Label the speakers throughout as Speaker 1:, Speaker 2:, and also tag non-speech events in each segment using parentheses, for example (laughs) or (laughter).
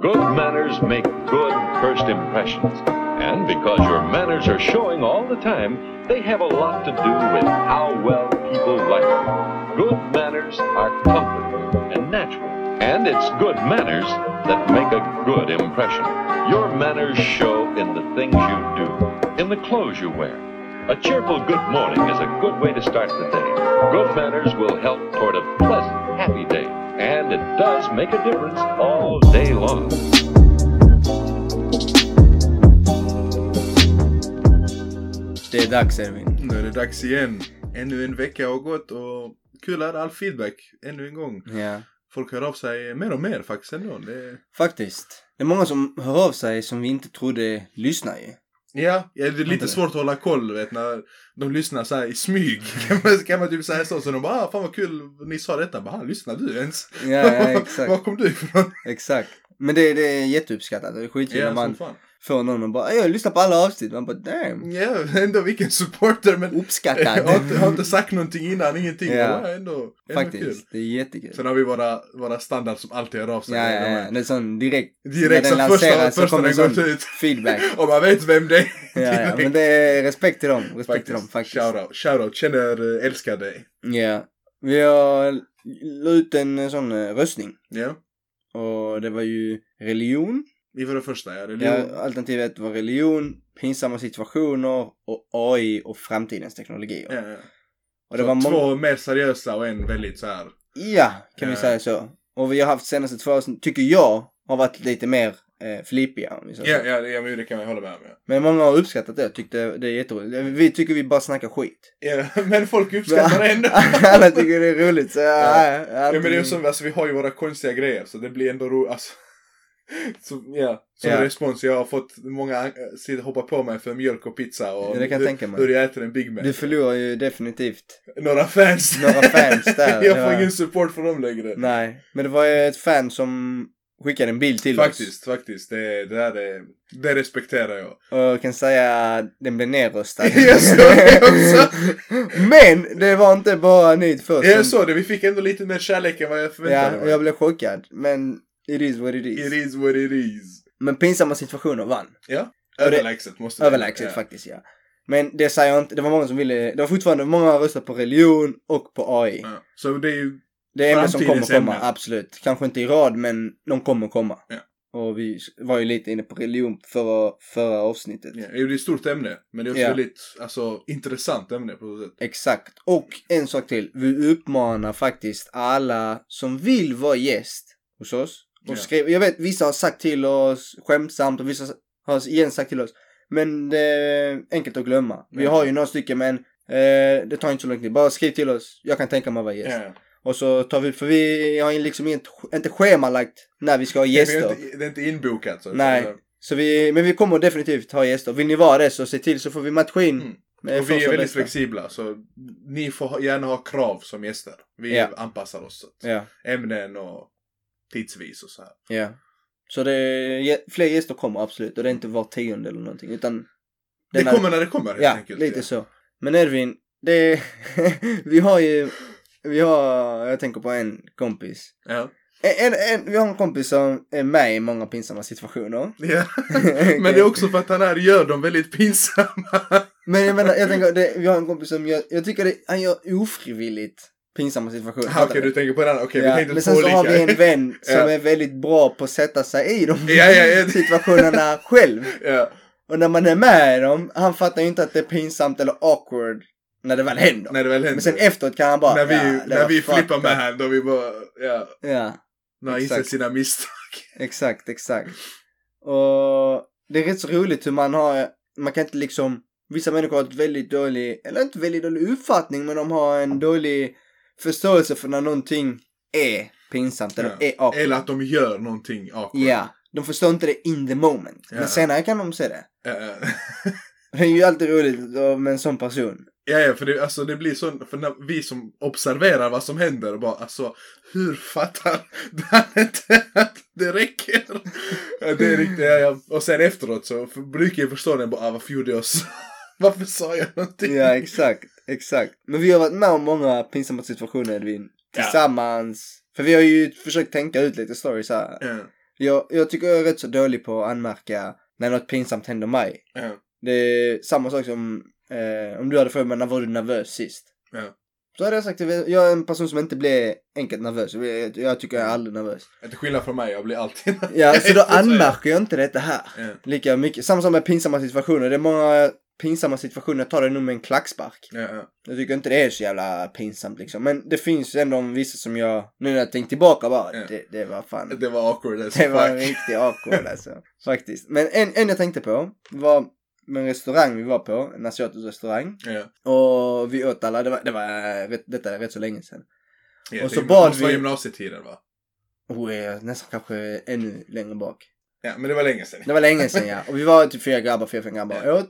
Speaker 1: Good manners make good first impressions. And because your manners are showing all the time, they have a lot to do with how well people like you. Good manners are comfortable and natural. And it's good manners that make a good impression. Your manners show in the things you do, in the clothes you wear. A cheerful good morning is a good way to start the day. Good manners will help toward a pleasant, happy day. And it does make a difference all day long.
Speaker 2: Det är dags Edvin.
Speaker 3: Nu är det dags igen. Ännu en vecka har gått och kul är all feedback. Ännu en gång.
Speaker 2: Ja,
Speaker 3: Folk hör av sig mer och mer faktiskt ändå. Det...
Speaker 2: faktiskt. Det är många som hör av sig som vi inte trodde lyssnar ju.
Speaker 3: Ja, ja, det är lite svårt att hålla koll vet när de lyssnar så här i smyg.
Speaker 2: Mm.
Speaker 3: Kan man, kan man typ säga så? Så de bara ah, fan vad kul ni sa detta. Bara "Ah, lyssnar du ens?
Speaker 2: Ja, ja exakt.
Speaker 3: (laughs) Var kom du ifrån?
Speaker 2: exakt. Men det, det är jätteuppskattat. Det är skitkul när
Speaker 3: Ja, som
Speaker 2: man
Speaker 3: fan.
Speaker 2: får någon och bara jag lyssnar på alla avsnitt. Man bara damn.
Speaker 3: Ja, ändå vilken supporter men (laughs) jag har, inte,
Speaker 2: Uppskattad.
Speaker 3: har inte sagt någonting innan, ingenting.
Speaker 2: Ja.
Speaker 3: Det var ändå, ändå kul.
Speaker 2: Faktiskt. Det är jättekul.
Speaker 3: Sen har vi våra, våra standard som alltid hör av sig.
Speaker 2: Ja, ja,
Speaker 3: De
Speaker 2: ja.
Speaker 3: är-
Speaker 2: Det är sån direkt.
Speaker 3: Direkt
Speaker 2: när
Speaker 3: som
Speaker 2: den
Speaker 3: första,
Speaker 2: lanseras så
Speaker 3: första
Speaker 2: kommer
Speaker 3: den
Speaker 2: sån
Speaker 3: gått ut.
Speaker 2: (laughs) feedback.
Speaker 3: Och man vet vem (laughs) det är.
Speaker 2: Ja, ja,
Speaker 3: direkt.
Speaker 2: men det är respekt till dem. Respekt till dem faktiskt.
Speaker 3: Shoutout, shoutout. Känner, eh, älskar dig.
Speaker 2: Ja. Vi har la ut en eh, sån eh, röstning.
Speaker 3: Ja.
Speaker 2: Och det var ju religion.
Speaker 3: Det var det första, ja. Religion.
Speaker 2: Ja, alternativ ett var religion, pinsamma situationer och AI och framtidens teknologier.
Speaker 3: Ja, ja.
Speaker 2: och det
Speaker 3: Så
Speaker 2: var många...
Speaker 3: Två mer seriösa och en väldigt så här.
Speaker 2: Ja, kan vi
Speaker 3: Ja.
Speaker 2: säga så. Och vi har haft senaste två avsnitt, tycker jag, har varit lite mer eh, flippiga. Om vi säger
Speaker 3: Ja,
Speaker 2: så.
Speaker 3: ja, ja men det kan man hålla med om. Ja.
Speaker 2: Men många har uppskattat det och tyckte det är jätteroligt. Eh, Vi tycker vi bara snackar skit.
Speaker 3: Ja, (laughs) men folk uppskattar det ändå.
Speaker 2: (laughs) Alla tycker det är roligt. Så, ja. Ja,
Speaker 3: Ja, men det är ju som, alltså, vi har ju våra konstiga grejer så det blir ändå roligt. Alltså. (laughs) Så, ja, som
Speaker 2: Ja.
Speaker 3: respons. Jag har fått många äh, hoppa på mig för mjölk och pizza och
Speaker 2: Ja, det kan jag
Speaker 3: hur,
Speaker 2: tänka mig.
Speaker 3: hur jag äter en Big Mac.
Speaker 2: Du förlorar ju definitivt.
Speaker 3: Några fans.
Speaker 2: Några fans där,
Speaker 3: (laughs) jag
Speaker 2: ja.
Speaker 3: får ingen support från dem längre.
Speaker 2: Nej, men det var ju ett fan som skickade en bild till oss.
Speaker 3: Faktiskt, faktiskt. Det, det, där är, det respekterar jag.
Speaker 2: Och jag kan säga att den blev
Speaker 3: (laughs)
Speaker 2: nedröstad.
Speaker 3: Jag såg det också.
Speaker 2: (laughs) Men det var inte bara ni två som...
Speaker 3: Jag såg det, vi fick ändå lite mer kärlek än vad jag förväntade
Speaker 2: ja,
Speaker 3: mig.
Speaker 2: jag blev chockad. Men it is what it is.
Speaker 3: It is what it is.
Speaker 2: Men pinsamma situationer vann. det-
Speaker 3: Överlägset måste vi-
Speaker 2: Överlägset
Speaker 3: ja.
Speaker 2: faktiskt, ja. Men det säger jag inte. Det var många som ville... Det var fortfarande många som röstade på religion och på AI.
Speaker 3: Ja. Så det är ju,
Speaker 2: Det är ämnen som kommer
Speaker 3: Framtidens
Speaker 2: komma,
Speaker 3: ämnen.
Speaker 2: absolut. Kanske inte i rad, men de kommer komma.
Speaker 3: Ja.
Speaker 2: Och vi var ju lite inne på religion förra, förra avsnittet.
Speaker 3: ja, det är ett stort ämne. Men det är också
Speaker 2: Ja.
Speaker 3: väldigt, alltså, intressant ämne på något sätt.
Speaker 2: Exakt. Och en sak till. Vi uppmanar faktiskt alla som vill vara gäst hos oss. Och
Speaker 3: Ja.
Speaker 2: skriv, jag vet, vissa har sagt till oss skämtsamt och vissa har igen sagt till oss. Men det är enkelt att glömma. Vi
Speaker 3: Ja.
Speaker 2: har ju några stycken men eh, det tar inte så lång tid. Bara skriv till oss. Jag kan tänka mig att vara gäst.
Speaker 3: Ja.
Speaker 2: Och så tar vi, för vi har ju liksom inte, inte schemalagt när vi ska ha
Speaker 3: Det, är
Speaker 2: gäster.
Speaker 3: inte, det är inte inbokat. Så.
Speaker 2: Nej. Så vi, men vi kommer definitivt ha gäster. Vill ni vara det så se till så får vi matcha in.
Speaker 3: Mm.
Speaker 2: eh,
Speaker 3: Och
Speaker 2: första
Speaker 3: vi är väldigt
Speaker 2: bästa.
Speaker 3: flexibla. Så ni får ha- gärna ha krav som gäster. Vi
Speaker 2: Ja.
Speaker 3: anpassar oss. Så. att
Speaker 2: Ja.
Speaker 3: Ämnen och tidsvis och så här.
Speaker 2: Ja. Så det är, ge- fler gäster kommer absolut och det är inte var tionde eller någonting utan
Speaker 3: Det
Speaker 2: den här-
Speaker 3: kommer när det kommer helt
Speaker 2: Ja,
Speaker 3: enkelt.
Speaker 2: lite så. Men Edvin, det är, (laughs) vi har ju, vi har, jag tänker på en kompis.
Speaker 3: Ja.
Speaker 2: En, en, en, vi har en kompis som är med i många pinsamma situationer.
Speaker 3: Ja. (laughs) Men det är också för att han här gör dem väldigt pinsamma.
Speaker 2: Men jag menar, jag tänker, det, vi har en kompis som gör, jag tycker det, han gör ofrivilligt pinsamma situationer.
Speaker 3: Okej,
Speaker 2: Fattar
Speaker 3: du tänker på den andra. Okej,
Speaker 2: Ja,
Speaker 3: vi tänkte
Speaker 2: men
Speaker 3: två
Speaker 2: sen så
Speaker 3: olika.
Speaker 2: har vi en vän som
Speaker 3: Ja.
Speaker 2: är väldigt bra på att sätta sig i de
Speaker 3: Ja, ja,
Speaker 2: (laughs)
Speaker 3: ja.
Speaker 2: situationerna själv.
Speaker 3: (laughs) ja.
Speaker 2: Och när man är med i dem, han fattar ju inte att det är pinsamt eller awkward när det väl händer.
Speaker 3: När det väl händer.
Speaker 2: Men sen efteråt kan han bara...
Speaker 3: när vi,
Speaker 2: "Ja, det
Speaker 3: när
Speaker 2: var
Speaker 3: vi
Speaker 2: fucked
Speaker 3: flippar med
Speaker 2: up."
Speaker 3: här, då vi bara, ja.
Speaker 2: Ja,
Speaker 3: När han
Speaker 2: Exakt.
Speaker 3: insett sina misstag.
Speaker 2: exakt, exakt. Och det är rätt så roligt hur man har... Man kan inte liksom... Vissa människor har ett väldigt dålig, eller inte väldigt dålig uppfattning, men de har en dålig förståelse för när någonting är pinsamt eller
Speaker 3: Ja.
Speaker 2: är awkward.
Speaker 3: Eller att de gör någonting awkward.
Speaker 2: Ja, de förstår inte det in the moment.
Speaker 3: Ja.
Speaker 2: Men senare kan de se det.
Speaker 3: Ja, ja.
Speaker 2: Det är ju alltid roligt eh, med en sån person.
Speaker 3: (laughs) ja, ja, för det, alltså, det blir så, för när vi som observerar vad som händer och bara, alltså, hur fattar (laughs) han inte att det räcker? Ja, det är riktigt, ja, ja. Och sen efteråt så för, brukar jag förstå den bara, ah, varför gjorde jag så? (laughs) Varför sa jag
Speaker 2: (laughs)
Speaker 3: någonting?
Speaker 2: Ja, exakt. Exakt. Men vi har varit med om många pinsamma situationer Edvin.
Speaker 3: Ja.
Speaker 2: Tillsammans. För vi har ju försökt tänka ut lite stories här.
Speaker 3: Ja.
Speaker 2: Jag, jag tycker jag är rätt så dålig på att anmärka när något pinsamt händer mig.
Speaker 3: Ja.
Speaker 2: Det är samma sak som eh, om du hade frågat mig när var du nervös sist?
Speaker 3: Ja.
Speaker 2: Så hade jag sagt att jag är en person som inte blir enkelt nervös. Jag, jag tycker jag är aldrig nervös.
Speaker 3: Till skillnad från mig, jag blir alltid
Speaker 2: (laughs) Ja, så då
Speaker 3: Så är det.
Speaker 2: anmärker jag inte detta här.
Speaker 3: Ja.
Speaker 2: Lika mycket. Samma som med pinsamma situationer. Det är många pinsamma situationer. Jag tar det nog med en klackspark.
Speaker 3: Ja, ja.
Speaker 2: Jag tycker inte det är så jävla pinsamt liksom. Men det finns ändå vissa som jag, nu när jag tänkt tillbaka bara,
Speaker 3: Ja.
Speaker 2: det, det var fan.
Speaker 3: (laughs) Det var awkward
Speaker 2: (laughs)
Speaker 3: as
Speaker 2: Det var en
Speaker 3: fuck.
Speaker 2: riktig awkward alltså. Faktiskt. Men en, en jag tänkte på var med en restaurang vi var på, en asiatisk restaurang.
Speaker 3: Ja.
Speaker 2: Och vi åt alla, det var, det var eh, rätt, detta är rätt så länge sedan.
Speaker 3: Ja,
Speaker 2: Och
Speaker 3: det
Speaker 2: så
Speaker 3: måste
Speaker 2: bad
Speaker 3: vara
Speaker 2: vi-
Speaker 3: gymnasietiden va?
Speaker 2: Oh, eh, nästan kanske ännu längre bak.
Speaker 3: Ja, men det var länge sedan.
Speaker 2: Det var länge sedan ja. Och vi var typ fyra grabbar, fyra, fem grabbar och åt.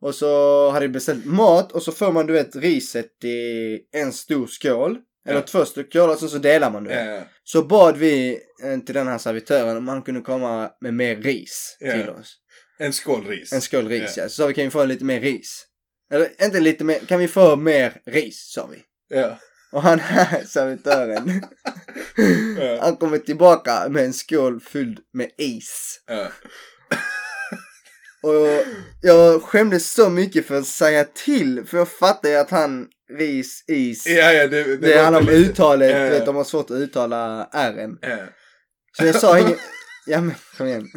Speaker 2: Och så hade vi beställt mat och så får man du vet riset i en stor skål. Eller
Speaker 3: Ja.
Speaker 2: två stycken skålar och sen så delar man det.
Speaker 3: Ja, ja.
Speaker 2: Så bad vi eh, till den här servitören om han kunde komma med mer ris
Speaker 3: Ja.
Speaker 2: till oss.
Speaker 3: En skål ris.
Speaker 2: En skål ris ja. Så sa vi kan vi få lite mer ris? Eller inte lite mer, kan vi få mer ris sa vi.
Speaker 3: Ja.
Speaker 2: Och han här (laughs) servitören.
Speaker 3: (laughs) Ja.
Speaker 2: han kommer tillbaka med en skål fylld med is.
Speaker 3: Ja.
Speaker 2: Och jag, jag skämdes så mycket för att säga till. För jag fattade ju att han, ris, is.
Speaker 3: Ja, ja, det, det,
Speaker 2: det
Speaker 3: var
Speaker 2: handlar om
Speaker 3: inte lite-
Speaker 2: uttalet.
Speaker 3: Ja, ja.
Speaker 2: du Vet, de har svårt att uttala R'n.
Speaker 3: Ja.
Speaker 2: Så jag
Speaker 3: (laughs)
Speaker 2: sa inget. Ja men kom igen.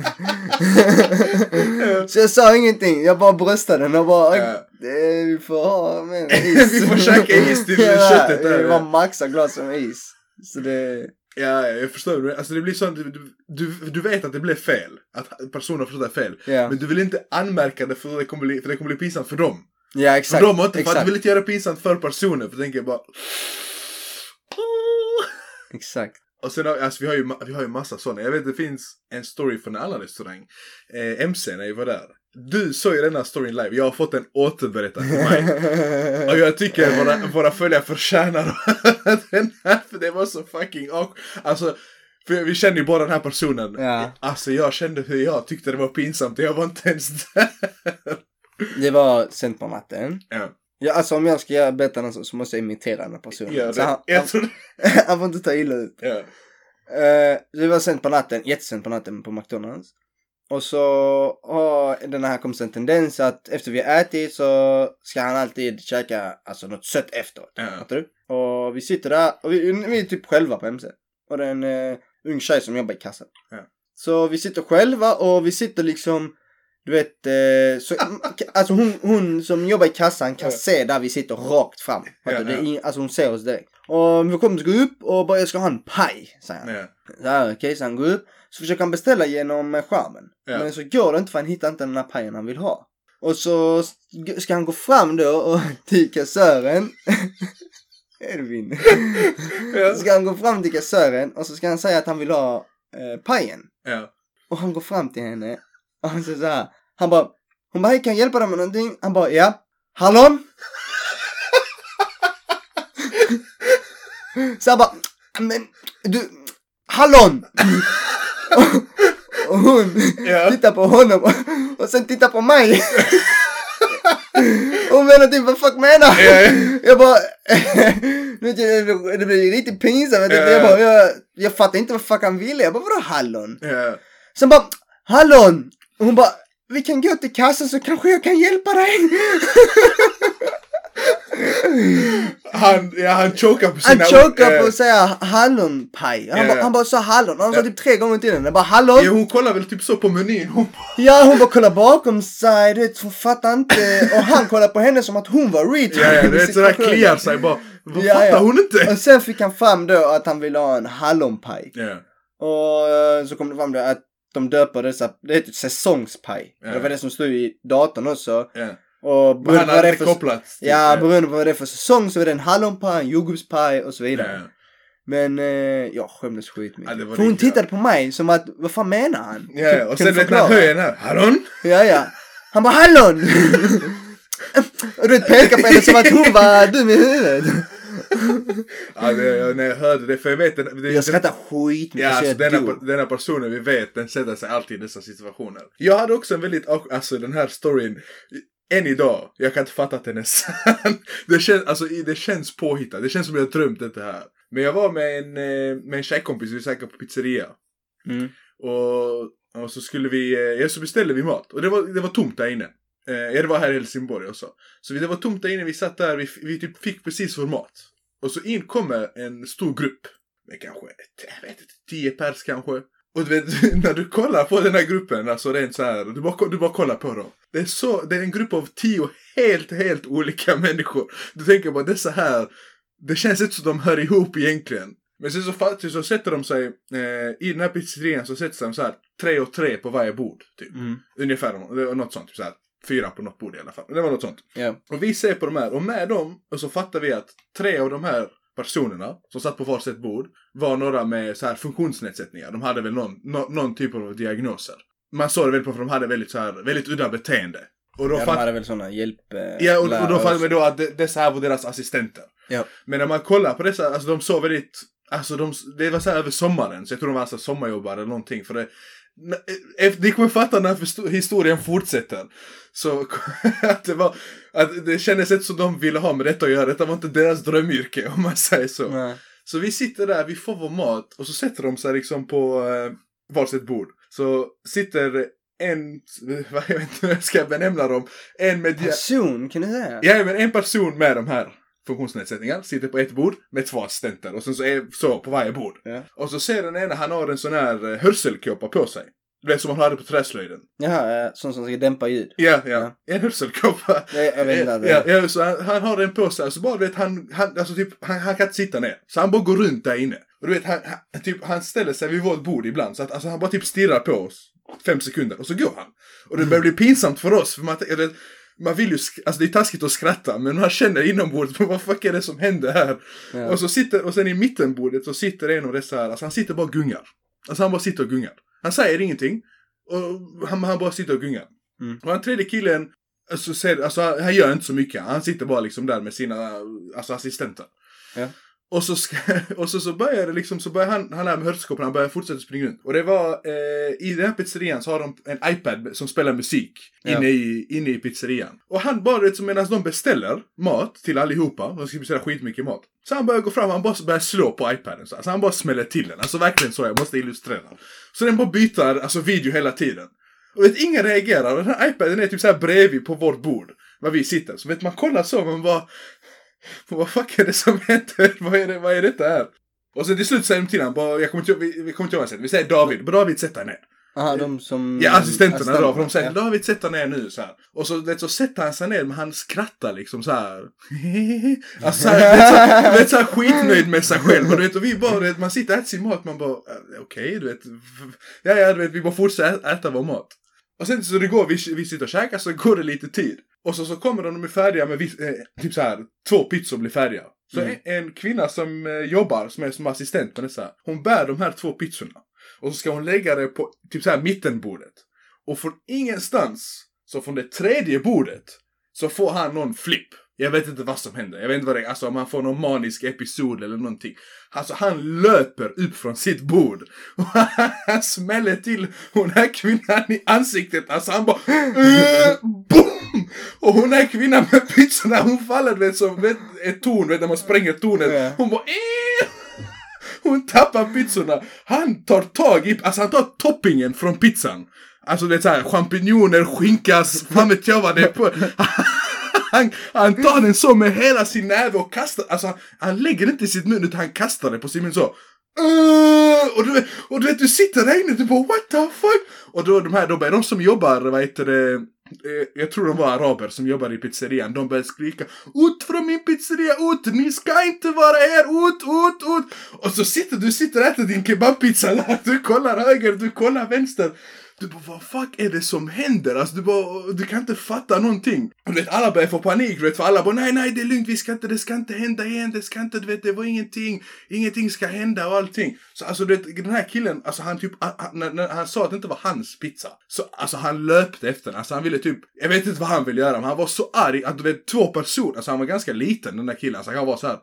Speaker 2: så jag sa ingenting. Jag bara bröstade den och bara.
Speaker 3: Ja.
Speaker 2: "Eh, Vi får ha mer is.
Speaker 3: (laughs) Vi får käka
Speaker 2: (laughs)
Speaker 3: is till köttet där.
Speaker 2: Vi bara maxar glas med is. Så det.
Speaker 3: Ja, ja, jag förstår. Men Alltså det blir sånt, du- du, du, du vet att det blev fel. Att personen förstod det fel.
Speaker 2: Ja,
Speaker 3: Men du vill inte anmärka det för det kommer bli, för det kommer bli pinsamt för dem.
Speaker 2: ja
Speaker 3: För
Speaker 2: exakt.
Speaker 3: dem och inte, för att
Speaker 2: exakt.
Speaker 3: du vill inte göra pinsamt för personen. För du tänker bara...
Speaker 2: exakt.
Speaker 3: Och sen har, alltså vi har ju, ma- vi har ju massa sådana. Jag vet det finns en story från en annan restaurang. Eh, MC när jag var där. Du såg ju den här storyn live. Jag har fått den återberättad till mig.
Speaker 2: (laughs)
Speaker 3: (laughs) Och jag tycker våra, våra följare förtjänar (laughs) den här, för det var så fucking awkward. Alltså, för vi känner ju bara den här personen.
Speaker 2: Ja.
Speaker 3: Alltså jag kände hur jag tyckte det var pinsamt och jag var inte ens där.
Speaker 2: Det var sent på natten.
Speaker 3: Ja.
Speaker 2: Ja, alltså om jag ska göra bättre än så, så måste jag imitera den här personen.
Speaker 3: Ja,
Speaker 2: så han,
Speaker 3: det, jag tror,
Speaker 2: (laughs) han, han får inte ta illa ut.
Speaker 3: ja.
Speaker 2: Eh, det var sent på natten, jättesent på natten på McDonalds. Och så har den här kompisen en tendens att efter vi har ätit så ska han alltid käka alltså, något sött efteråt.
Speaker 3: Ja.
Speaker 2: Fattar du? Och vi sitter där och vi, vi är typ själva på MC. Och det är en eh, ung tjej som jobbar i kassan.
Speaker 3: Ja.
Speaker 2: Så vi sitter själva och vi sitter liksom, du vet, eh,
Speaker 3: (laughs)
Speaker 2: så, alltså hon, hon som jobbar i kassan kan
Speaker 3: Ja.
Speaker 2: se där vi sitter rakt fram. Fattar du?
Speaker 3: Ja, ja.
Speaker 2: Det är, ing- alltså hon ser oss direkt. Och vi kommer att gå upp och bara jag ska ha en paj, säger han.
Speaker 3: Ja.
Speaker 2: Så här, okej, så han går upp. Så försöker han beställa genom eh, skärmen.
Speaker 3: Ja.
Speaker 2: Men så går det inte för han hittar inte den här pajen han vill ha. Och så sk- ska han gå fram då och (laughs) till kassören. (laughs) Edvin.
Speaker 3: Ja.
Speaker 2: Så ska han gå fram till kassören och så ska han säga att han vill ha eh, pajen.
Speaker 3: Ja.
Speaker 2: Och han går fram till henne. Och han säger så här. Han bara. Hon bara, hej kan jag hjälpa dig med någonting? Han bara, ja. Hallon? (laughs) så han bara, men du, hallon! (laughs) och, och hon
Speaker 3: Ja.
Speaker 2: tittar på honom och, och sen tittar på mig. (laughs) hon menar typ, vad fuck menar
Speaker 3: Ja, ja.
Speaker 2: Jag bara, (laughs) nu vet jag, det blir riktigt pinsamt.
Speaker 3: Ja, ja.
Speaker 2: Jag, bara, jag, jag fattar inte vad fuck han ville. Jag bara, vadå hallon?
Speaker 3: Ja.
Speaker 2: Sen bara, hallon! Och hon bara, vi kan gå till kassan så kanske jag kan hjälpa dig.
Speaker 3: Han, ja, han chokar på
Speaker 2: Han
Speaker 3: sina
Speaker 2: chokar
Speaker 3: eh,
Speaker 2: på att säga hallonpaj. Han,
Speaker 3: Ja.
Speaker 2: bara, han bara sa hallon. Han sa
Speaker 3: Ja.
Speaker 2: typ tre gånger till henne. Bara
Speaker 3: Ja,
Speaker 2: hallon.
Speaker 3: hon kollar väl typ så på menyn. Hon bara,
Speaker 2: Ja, hon bara kollar bakom sig. Du vet, hon fattar inte. Och han kollar på henne som att hon var retard.
Speaker 3: ja, ja,
Speaker 2: i
Speaker 3: du vet sådär
Speaker 2: situationen.
Speaker 3: kliar sig bara. Vad
Speaker 2: Ja,
Speaker 3: fattar
Speaker 2: ja.
Speaker 3: hon inte?
Speaker 2: Och sen fick han fram då att han ville ha en hallonpaj.
Speaker 3: Ja.
Speaker 2: Och eh, så kom det fram då att de döper dessa, det heter säsongspaj.
Speaker 3: Ja.
Speaker 2: Det var det som stod i datorn också.
Speaker 3: Ja.
Speaker 2: Och
Speaker 3: Men han
Speaker 2: vad
Speaker 3: hade
Speaker 2: det är
Speaker 3: inte typ.
Speaker 2: för
Speaker 3: kopplat. till-
Speaker 2: Ja, beroende på vad det är för säsong så är det en hallonpaj, en jordgubbspaj och så vidare.
Speaker 3: Ja.
Speaker 2: Men eh, jag skämdes
Speaker 3: Ja,
Speaker 2: skitmycket.
Speaker 3: det var
Speaker 2: för hon
Speaker 3: riktigt, ja.
Speaker 2: tittade på mig som att, vad fan menar han?
Speaker 3: Ja, ja. och
Speaker 2: Kan
Speaker 3: sen
Speaker 2: du
Speaker 3: vet när
Speaker 2: förklara?
Speaker 3: höjen här. Hallon?
Speaker 2: Ja, ja. Han bara
Speaker 3: (laughs)
Speaker 2: hallon! och du vet, pekar på henne som att hon var dum i huvudet.
Speaker 3: Ja, det, jag, när jag hörde det, för jag vet... Den, det,
Speaker 2: Jag
Speaker 3: den,
Speaker 2: skrattar skitmycket
Speaker 3: ja,
Speaker 2: så
Speaker 3: alltså,
Speaker 2: jag
Speaker 3: denna,
Speaker 2: dog.
Speaker 3: denna personen vi vet, den sätter sig alltid i dessa situationer. Jag hade också en väldigt, awk- alltså den här storyn, än idag, jag kan inte fatta att den är sann. (laughs) Det känns, alltså, i- det känns påhittat, det känns som jag har drömt det här. Men jag var med en, eh, med en tjejkompis, vi käkade på pizzeria.
Speaker 2: Mm.
Speaker 3: Och, och så skulle vi, eh, ja, så beställde vi mat. Och det var, det var tomt där inne. Eh, ja, det var här i Helsingborg också. Så vi- det var tomt där inne, vi satt där, vi, f- vi typ fick precis vår mat. Och så in kommer en stor grupp. Med kanske, ett, jag vet inte, tio pers kanske. Och du vet, (laughs) när du kollar på den här gruppen, alltså rent så här, du bara, du bara kollar på dem. Det är, så, det är en grupp av tio helt, helt olika (laughs) människor. Du tänker bara, det är så här, det känns inte som de hör ihop egentligen. Men sen så, faktiskt så sätter de sig, eh, i den här pizzerian så sätter de så här, tre och tre på varje bord. Typ.
Speaker 2: Mm.
Speaker 3: Ungefär, det var något sånt, typ så här, fyra på något bord i alla fall. Men Det var något sånt.
Speaker 2: Ja.
Speaker 3: Och vi ser på de här, och med dem och så fattar vi att tre av de här personerna som satt på varsitt bord var några med så här funktionsnedsättningar. De hade väl någon, nå- någon typ av diagnoser. Man såg det väl på för de hade väldigt så här, väldigt udda beteende. Och då
Speaker 2: ja, de
Speaker 3: fatt-
Speaker 2: hade väl såna hjälp... eh,
Speaker 3: Ja, och, och
Speaker 2: lärare
Speaker 3: då fattade man
Speaker 2: också.
Speaker 3: då att de- dessa här var deras assistenter.
Speaker 2: Ja.
Speaker 3: Men när man kollar på dessa, alltså de sov väldigt, alltså de, det var så här över sommaren, så jag tror de var alltså sommarjobbare eller någonting. För det, n- eh, ni kommer fatta när försto- historien fortsätter. Så (laughs) att det var, att det kändes inte som de ville ha med detta att göra, detta var inte deras drömyrke om man säger så.
Speaker 2: Nej.
Speaker 3: Så vi sitter där, vi får vår mat och så sätter de sig liksom på eh, varsitt bord. Så sitter en, (laughs) vad jag vet inte hur jag ska benämna dem, en med... dia-
Speaker 2: Person, kan du säga?
Speaker 3: Ja, men en person med de här funktionsnedsättningar sitter på ett bord med två assistenter och sen så är så på varje bord.
Speaker 2: Ja.
Speaker 3: Och så ser den ena, han har en sån här eh, hörselkåpa på sig. Du vet som han hade på träslöjden.
Speaker 2: Jaha, eh, sån som ska dämpa ljud.
Speaker 3: Ja, ja.
Speaker 2: Ja.
Speaker 3: En hörselkåpa.
Speaker 2: Nej, jag vet inte.
Speaker 3: Eh, Ja, ja, så han, han har den på sig, så bara du vet, han, han, alltså, typ, han, han kan inte sitta ner. Så han bara går runt där inne. Och du vet, han, han, typ, han ställer sig vid vårt bord ibland, så att alltså, han bara typ stirrar på oss. Fem sekunder, och så går han. Och det börjar bli pinsamt för oss, för man, jag vet, man vill ju, sk- alltså det är taskigt att skratta, men man känner inombords, (laughs) vad fuck är det som händer här?
Speaker 2: Ja.
Speaker 3: Och, så sitter, och sen i mittenbordet så sitter en av dessa här, alltså han sitter bara och gungar. Alltså han bara sitter och gungar. Han säger ingenting. Och han, han bara sitter och gungar.
Speaker 2: Mm.
Speaker 3: Och den tredje killen, alltså, ser, alltså, han han gör inte så mycket. Han sitter bara liksom där med sina alltså, assistenter.
Speaker 2: Ja.
Speaker 3: Och så, ska, (laughs) och så, så börjar det liksom, så börjar han, han här med hörselkåpan, han börjar fortsätta springa runt. Och det var, eh, i den här pizzerian så har de en iPad som spelar musik
Speaker 2: Ja.
Speaker 3: inne, i, inne i pizzerian. Och han bara, du vet, så medan de beställer mat till allihopa, de ska beställa skitmycket mat. Så han börjar gå fram, han bara börjar slå på iPaden. Så, alltså han bara smäller till den. Alltså verkligen så, jag måste illustrera. Så den bara byter, alltså video hela tiden. Och vet, ingen reagerar. Och den här iPaden är typ så här bredvid på vårt bord. Var vi sitter. Så vet man kollar så, man bara... Vad fuck är det som händer? (laughs) Vad är, det, vad är detta här? Och sen till slut säger de till honom, bara, jag kommer inte, ihåg- vi, vi kommer inte ihåg vad han säger. Vi säger David, bara David sätt dig ner.
Speaker 2: Aha, de som...
Speaker 3: Ja, assistenterna då, för de säger
Speaker 2: Mm, ja.
Speaker 3: David sätt dig ner nu så här. Och så, vet, så sätter han sig ner, men han skrattar liksom så här. (laughs) alltså så här, vet, så här, vet, så här skitnöjd med sig själv. Och, du vet, och vi bara, du vet, man sitter och äter sin mat, man bara, eh, okej, du vet. Ja, ja, du vet, vi bara fortsätter äta vår mat. Och sen så det går, vi, vi sitter och käkar, så går det lite tid. Och så, så kommer de, de är färdiga med viss, eh, typ så här, två pizzor blir färdiga. Så
Speaker 2: Mm.
Speaker 3: en, en kvinna som eh, jobbar, som är som assistent med dessa, hon bär de här två pizzorna. Och så ska hon lägga det på typ så här mittenbordet. Och från ingenstans, så från det tredje bordet, så får han någon flipp. Jag vet inte vad som händer. Jag vet inte vad det är. Alltså om han får någon manisk episod eller någonting. Alltså han löper upp från sitt bord. Och han (laughs) smäller till hon här kvinnan i ansiktet. Alltså han bara... "Eh, Boom! Och hon här kvinnan med pizzorna hon faller du vet som vet, ett torn. Vet när man spränger tornet.
Speaker 2: Ja.
Speaker 3: Hon bara... "Eh." Hon tappar pizzorna. Han tar tag i... Alltså han tar toppingen från pizzan. Alltså det är såhär champinjoner, skinka, fan vet jag vad det är på. (laughs) Han, han tar den så med hela sin näve och kastar, alltså han, han lägger det inte i sitt mun utan han kastar det på sin mun så. "Åh!" Och du, vet- och du vet, du sitter där inne och du bara what the fuck? Och då de här, de, börjar- de som jobbar, vad heter det, eh, jag tror de var araber som jobbar i pizzerian, de började skrika ut från min pizzeria, ut, ni ska inte vara här, ut, ut, ut. Och så sitter du, sitter och äter din kebabpizza där, du kollar höger, du kollar vänster. Du bara, vad fuck är det som händer? Alltså, du bara, du kan inte fatta någonting. Och du vet, alla börjar få panik, du vet, för alla bara, nej, nej, det är lugnt, vi ska inte, det ska inte hända igen, det ska inte, du vet, det var ingenting, ingenting ska hända och allting. Så alltså, du vet, den här killen, alltså han typ, han, han- när, när han sa att det inte var hans pizza, så alltså han löpte efter den, alltså han ville typ, jag vet inte vad han ville göra, men han var så arg att du vet, två personer, alltså han var ganska liten den där killen, alltså han var så här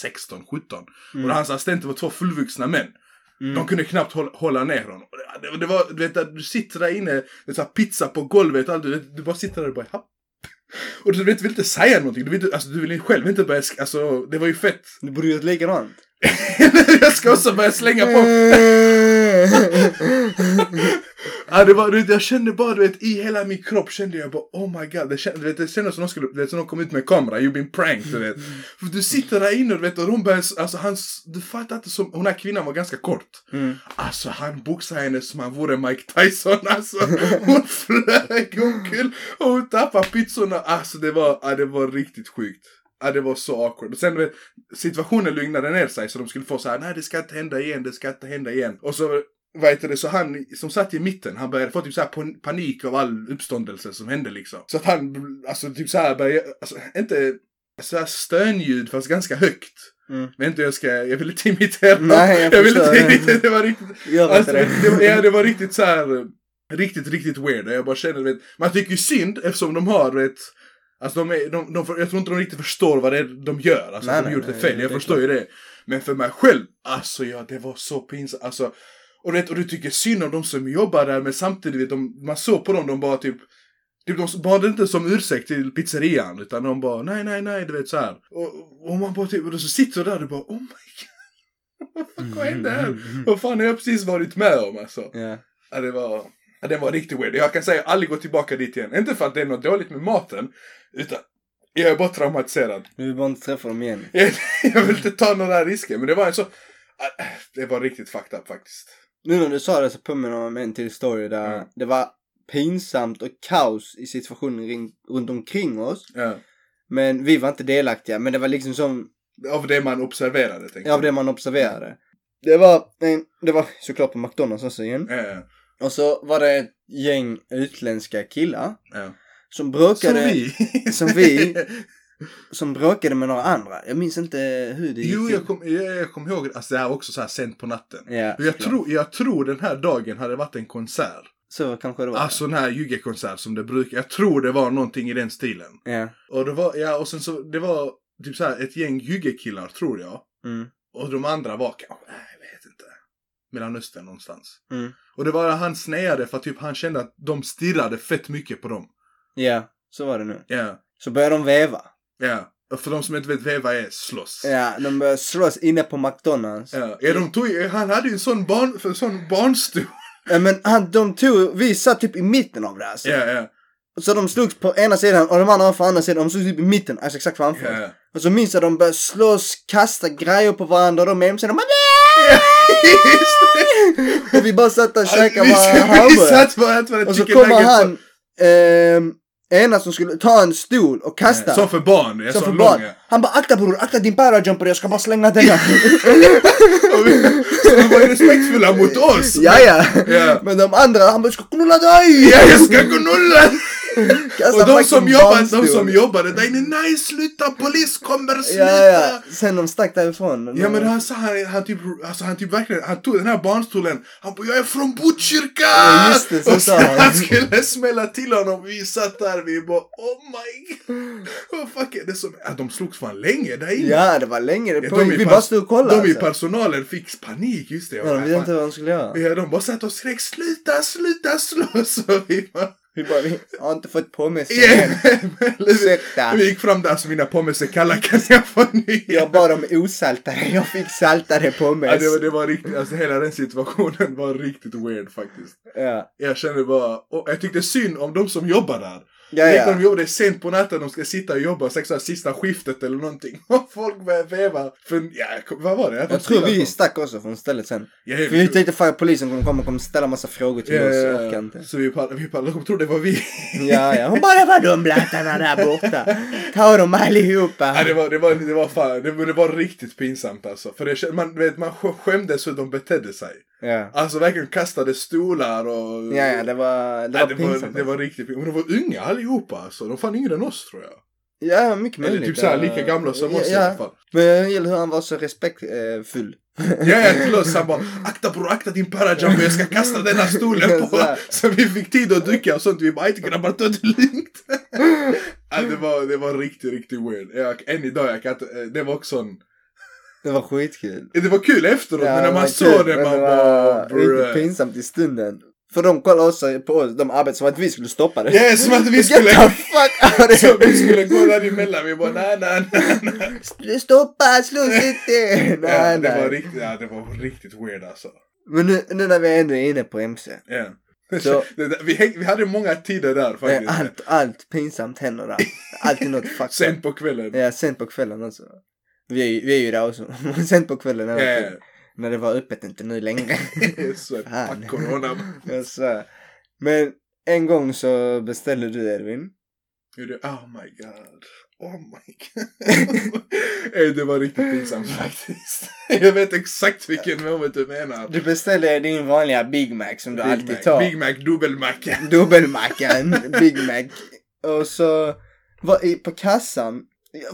Speaker 3: 16, 17.
Speaker 2: Mm.
Speaker 3: Och hans assistenter var två fullvuxna män.
Speaker 2: Mm.
Speaker 3: De kunde knappt hålla, hålla ner honom. Och Det, det var, du vet, där du sitter där inne, det är så här pizza på golvet och allt, du, vet, du bara sitter där och bara "Japp." Och du vet, vill inte säga någonting, du vill, inte- alltså, du vill själv inte börja sk- alltså det var ju fett. (laughs)
Speaker 2: Du borde gjort likadant.
Speaker 3: jag ska också börja slänga på Ja, det var, du vet, jag kände bara, du vet, i hela min kropp kände jag bara oh my god. Det kändes, du vet, det kändes som någon skulle, du vet, som någon kom ut med en kamera, you've been pranked, du vet. För du sitter där inne, du vet, och de börjar, alltså hans, du fattar inte, som, hon här kvinnan var ganska kort.
Speaker 2: (laughs) Mm.
Speaker 3: Alltså han boxade henne som han vore Mike Tyson, alltså. Hon flög omkull och hon tappade pizzorna. Alltså det var, ja, det var riktigt sjukt. Ja, det var så awkward. Och sen du vet, situationen lugnade ner sig så de skulle få så här, nej det ska inte hända igen, det ska inte hända igen. Och så vad heter det, så han som satt i mitten, han började få typ så här pan- panik av all uppståndelse som hände liksom. Så att han, alltså typ så här började, alltså inte så här stönljud fast ganska högt.
Speaker 2: Mm.
Speaker 3: Men inte jag ska, jag vill inte imitera.
Speaker 2: Nej, jag
Speaker 3: vill inte
Speaker 2: förstår.
Speaker 3: imitera, det var riktigt,
Speaker 2: Gör inte
Speaker 3: alltså,
Speaker 2: det.
Speaker 3: det, var, ja, det var riktigt så här eh, riktigt, riktigt weird. Jag bara känner, du vet, man tycker ju synd eftersom de har, du vet, alltså de är, de, de, jag tror inte de riktigt förstår vad det är de gör. Alltså
Speaker 2: Nej,
Speaker 3: de har
Speaker 2: nej,
Speaker 3: gjort
Speaker 2: nej,
Speaker 3: det fel,
Speaker 2: det är
Speaker 3: jag förstår ju det. Men för mig själv, alltså ja, det var så pinsamt. Alltså, och, du vet, och du tycker synd om de som jobbar där, men samtidigt, vet, de, man såg på dem, de bara typ Typ de bad inte som ursäkt till pizzerian utan de bara nej nej nej du vet så här. Och, och man bara typ, och då så sitter du där och bara oh my god. (laughs)
Speaker 2: Mm,
Speaker 3: Vad hände här? Vad fan har jag precis varit med om alltså?
Speaker 2: Ja.
Speaker 3: Ja, det var... Ja, det var riktigt weird. Jag kan säga aldrig gå tillbaka dit igen. Inte för att det är något dåligt med maten, utan jag är bara traumatiserad. (laughs)
Speaker 2: Du vill bara inte träffa dem igen.
Speaker 3: Jag, jag vill inte ta några risker, men det var en så... Ah, Det var riktigt fucked up faktiskt.
Speaker 2: Nu när du sa det så påminner jag om en till story där
Speaker 3: Mm.
Speaker 2: det var pinsamt och kaos i situationen ring, runt omkring oss.
Speaker 3: Ja.
Speaker 2: Men vi var inte delaktiga. Men det var liksom som
Speaker 3: Av det man observerade, tänkte
Speaker 2: av det man observerade. Det var, en, det var såklart på McDonalds också igen.
Speaker 3: jag. Ja,
Speaker 2: Och så var det ett gäng utländska killar
Speaker 3: ja.
Speaker 2: som
Speaker 3: Som
Speaker 2: bråkade, som
Speaker 3: vi.
Speaker 2: som vi. bråkade med några andra. Jag minns inte hur det gick
Speaker 3: (laughs) jo,
Speaker 2: till.
Speaker 3: jag kommer jag, jag kom ihåg, alltså det här var också så här sent på natten.
Speaker 2: Ja,
Speaker 3: Jag
Speaker 2: såklart.
Speaker 3: tror, jag tror den här dagen hade varit en konsert.
Speaker 2: Så kanske det var.
Speaker 3: Alltså den här juggekonsert som det brukar. Jag tror det var någonting i den stilen.
Speaker 2: Ja.
Speaker 3: Och det var, ja, och sen så, det var typ så här ett gäng juggekillar tror jag.
Speaker 2: Mm.
Speaker 3: Och de andra var kanske, nej, jag vet inte. Mellanöstern någonstans.
Speaker 2: Mm.
Speaker 3: Och det var han sneade för att typ han kände att de stirrade fett mycket på dem.
Speaker 2: Ja, så var det nu.
Speaker 3: Ja,
Speaker 2: Så började de veva.
Speaker 3: ja. Och För de som inte vet veva är slåss.
Speaker 2: Ja, de började slåss inne på McDonalds. Ja.
Speaker 3: Ja, ja, de tog, ju- han hade ju en sån, barn, för en sån barnstol.
Speaker 2: men han, de tog, vi satt typ i mitten av det alltså.
Speaker 3: Ja, ja,
Speaker 2: Så de slogs på ena sidan och de andra på andra sidan. De slogs typ i mitten, alltså exakt framför oss.
Speaker 3: ja.
Speaker 2: Och så minns jag de började slåss, kasta grejer på varandra och de mc de bara
Speaker 3: Just det!
Speaker 2: Och vi bara satt där och käkade
Speaker 3: (laughs) Vi-
Speaker 2: bara
Speaker 3: Vi
Speaker 2: hamburgare.
Speaker 3: satt bara och äter
Speaker 2: Och så
Speaker 3: chicken
Speaker 2: kommer
Speaker 3: nuggets och-
Speaker 2: han, ehm, ena som skulle ta en stol och kasta.
Speaker 3: Som för barn, jag
Speaker 2: Som
Speaker 3: sa
Speaker 2: för
Speaker 3: lång.
Speaker 2: barn.
Speaker 3: ja.
Speaker 2: Han bara akta bror, akta din parajumper, jag ska bara slänga denna.
Speaker 3: Och vi- Så de var ju respektfulla mot
Speaker 2: (laughs)
Speaker 3: oss.
Speaker 2: ja, ja.
Speaker 3: (laughs) Ja.
Speaker 2: Men de andra, han bara jag ska knulla dig!
Speaker 3: Ja, jag ska knulla!
Speaker 2: Kasta
Speaker 3: Och de
Speaker 2: Mm. Alltså, fucking
Speaker 3: som jobbade, de
Speaker 2: barnstol.
Speaker 3: som jobbade där inne, nej sluta polis kommer, sluta!
Speaker 2: Ja, ja. Sen de stack därifrån.
Speaker 3: Ja men han sa, han, han typ, alltså han typ verkligen, han tog den här barnstolen, han bara jag är från Botkyrka!
Speaker 2: Ja, just det, så
Speaker 3: och
Speaker 2: sa han.
Speaker 3: han skulle smälla till honom, vi satt där, vi bara oh my god! Vad fuck är det som, ja, de slogs fan länge där inne!
Speaker 2: Ja, det var länge det
Speaker 3: Ja,
Speaker 2: pågick.
Speaker 3: i
Speaker 2: Vi
Speaker 3: pers-
Speaker 2: bara stod och kollade.
Speaker 3: De i
Speaker 2: alltså.
Speaker 3: personalen fick panik, just det.
Speaker 2: ja, de visste
Speaker 3: Fan.
Speaker 2: inte vad de skulle göra.
Speaker 3: Ja, de bara satt och skrek sluta, sluta (laughs) slåss! Och vi bara...
Speaker 2: Vi bara, vi har inte fått påminnelse
Speaker 3: Yeah.
Speaker 2: än.
Speaker 3: Ursäkta.
Speaker 2: (laughs) Ursäkta.
Speaker 3: Vi gick fram där så mina pommes är kalla, kan jag få nya?
Speaker 2: Jag bad om osaltade, jag fick saltade pommes.
Speaker 3: Ja, det, var, det var riktigt, alltså hela den situationen var riktigt weird faktiskt.
Speaker 2: Ja,
Speaker 3: Jag kände bara, och jag tyckte synd om de som jobbar där.
Speaker 2: ja.
Speaker 3: Tänk när
Speaker 2: ja.
Speaker 3: de jobbar, det är sent på natten, de ska sitta och jobba, sex här sista skiftet eller någonting. (laughs) Och folk börjar veva. För, ja, vad var det?
Speaker 2: Jag tror vi stack också från stället sen.
Speaker 3: Ja,
Speaker 2: För vi tänkte fan polisen kommer komma och kommer ställa massa frågor till oss, jag orkar inte.
Speaker 3: Så vi pallade, vi pallade, de trodde det var vi. (laughs)
Speaker 2: Ja, ja. Hon bara, det var de blattarna där borta. Ta dem allihopa.
Speaker 3: Ja, det var, det var, det var, fan, det, det var riktigt pinsamt alltså. För det, kän- man, du vet, man sk- skämdes hur de betedde sig.
Speaker 2: Ja,
Speaker 3: Alltså verkligen kastade stolar och...
Speaker 2: ja, ja det var, det var
Speaker 3: Ja, det, var,
Speaker 2: pinsamt. alltså.
Speaker 3: det var riktigt pinsamt. Men de var unga allihopa alltså. De var fan yngre än oss tror jag.
Speaker 2: Ja, mycket möjligt.
Speaker 3: Eller typ såhär
Speaker 2: Ja.
Speaker 3: lika gamla som
Speaker 2: eh, ja,
Speaker 3: oss i alla
Speaker 2: ja.
Speaker 3: fall.
Speaker 2: Men jag gillar hur han var så respektfull.
Speaker 3: Ja, ja, till oss. Han bara akta bror, akta
Speaker 2: (laughs)
Speaker 3: din parajumbo, jag ska kasta denna stolen
Speaker 2: Så
Speaker 3: på.
Speaker 2: här.
Speaker 3: Så vi fick tid att dricka och sånt. Vi bara, inte grabbar, ta det lugnt.
Speaker 2: (laughs)
Speaker 3: ja, det, var, det var riktigt, riktigt weird. Jag, än idag, jag kan inte, eh, det var också en...
Speaker 2: Det var skitkul.
Speaker 3: Det var kul efteråt,
Speaker 2: Ja,
Speaker 3: men när
Speaker 2: det
Speaker 3: man
Speaker 2: var
Speaker 3: såg
Speaker 2: kul,
Speaker 3: det,
Speaker 2: men
Speaker 3: man bara...
Speaker 2: var
Speaker 3: "Bruh."
Speaker 2: riktigt pinsamt i stunden. För de kollade också på oss, de arbetade som att vi skulle stoppa (laughs) det.
Speaker 3: Ja, som att vi skulle...
Speaker 2: Get the fuck out of
Speaker 3: (laughs) Som vi
Speaker 2: here!
Speaker 3: skulle gå däremellan, vi bara nej, nej, nej. nej."
Speaker 2: Stoppa, slå inte! Nej,
Speaker 3: Ja, det,
Speaker 2: nej.
Speaker 3: var riktigt, ja, det var riktigt weird alltså.
Speaker 2: Men nu, nu när vi ändå är inne på MC.
Speaker 3: Ja.
Speaker 2: Så-
Speaker 3: (laughs) Det där- Vi, häng, vi hade många tider där
Speaker 2: eh,
Speaker 3: faktiskt.
Speaker 2: Allt, allt pinsamt händer där. Alltid
Speaker 3: (laughs)
Speaker 2: något fuck.
Speaker 3: Sent på kvällen.
Speaker 2: Ja, sent på kvällen alltså. Vi är, ju- vi är ju där också. (laughs) sent på kvällen.
Speaker 3: Ja,
Speaker 2: hela
Speaker 3: ja.
Speaker 2: tiden. När det var öppet, inte nu längre. (laughs)
Speaker 3: (laughs) Så
Speaker 2: Fan.
Speaker 3: fuck corona.
Speaker 2: jag svär. Men en gång så beställde du Edvin.
Speaker 3: Gjorde- Oh my god. Oh my
Speaker 2: (laughs)
Speaker 3: god. Eh, det var riktigt pinsamt faktiskt. (laughs) Jag vet exakt vilken moment du menar.
Speaker 2: Du beställde din vanliga Big Mac som du alltid
Speaker 3: Big Mac,
Speaker 2: tar.
Speaker 3: Big Mac dubbelmacka. (laughs)
Speaker 2: Dubbelmackan, Big Mac. Och så var i, på kassan.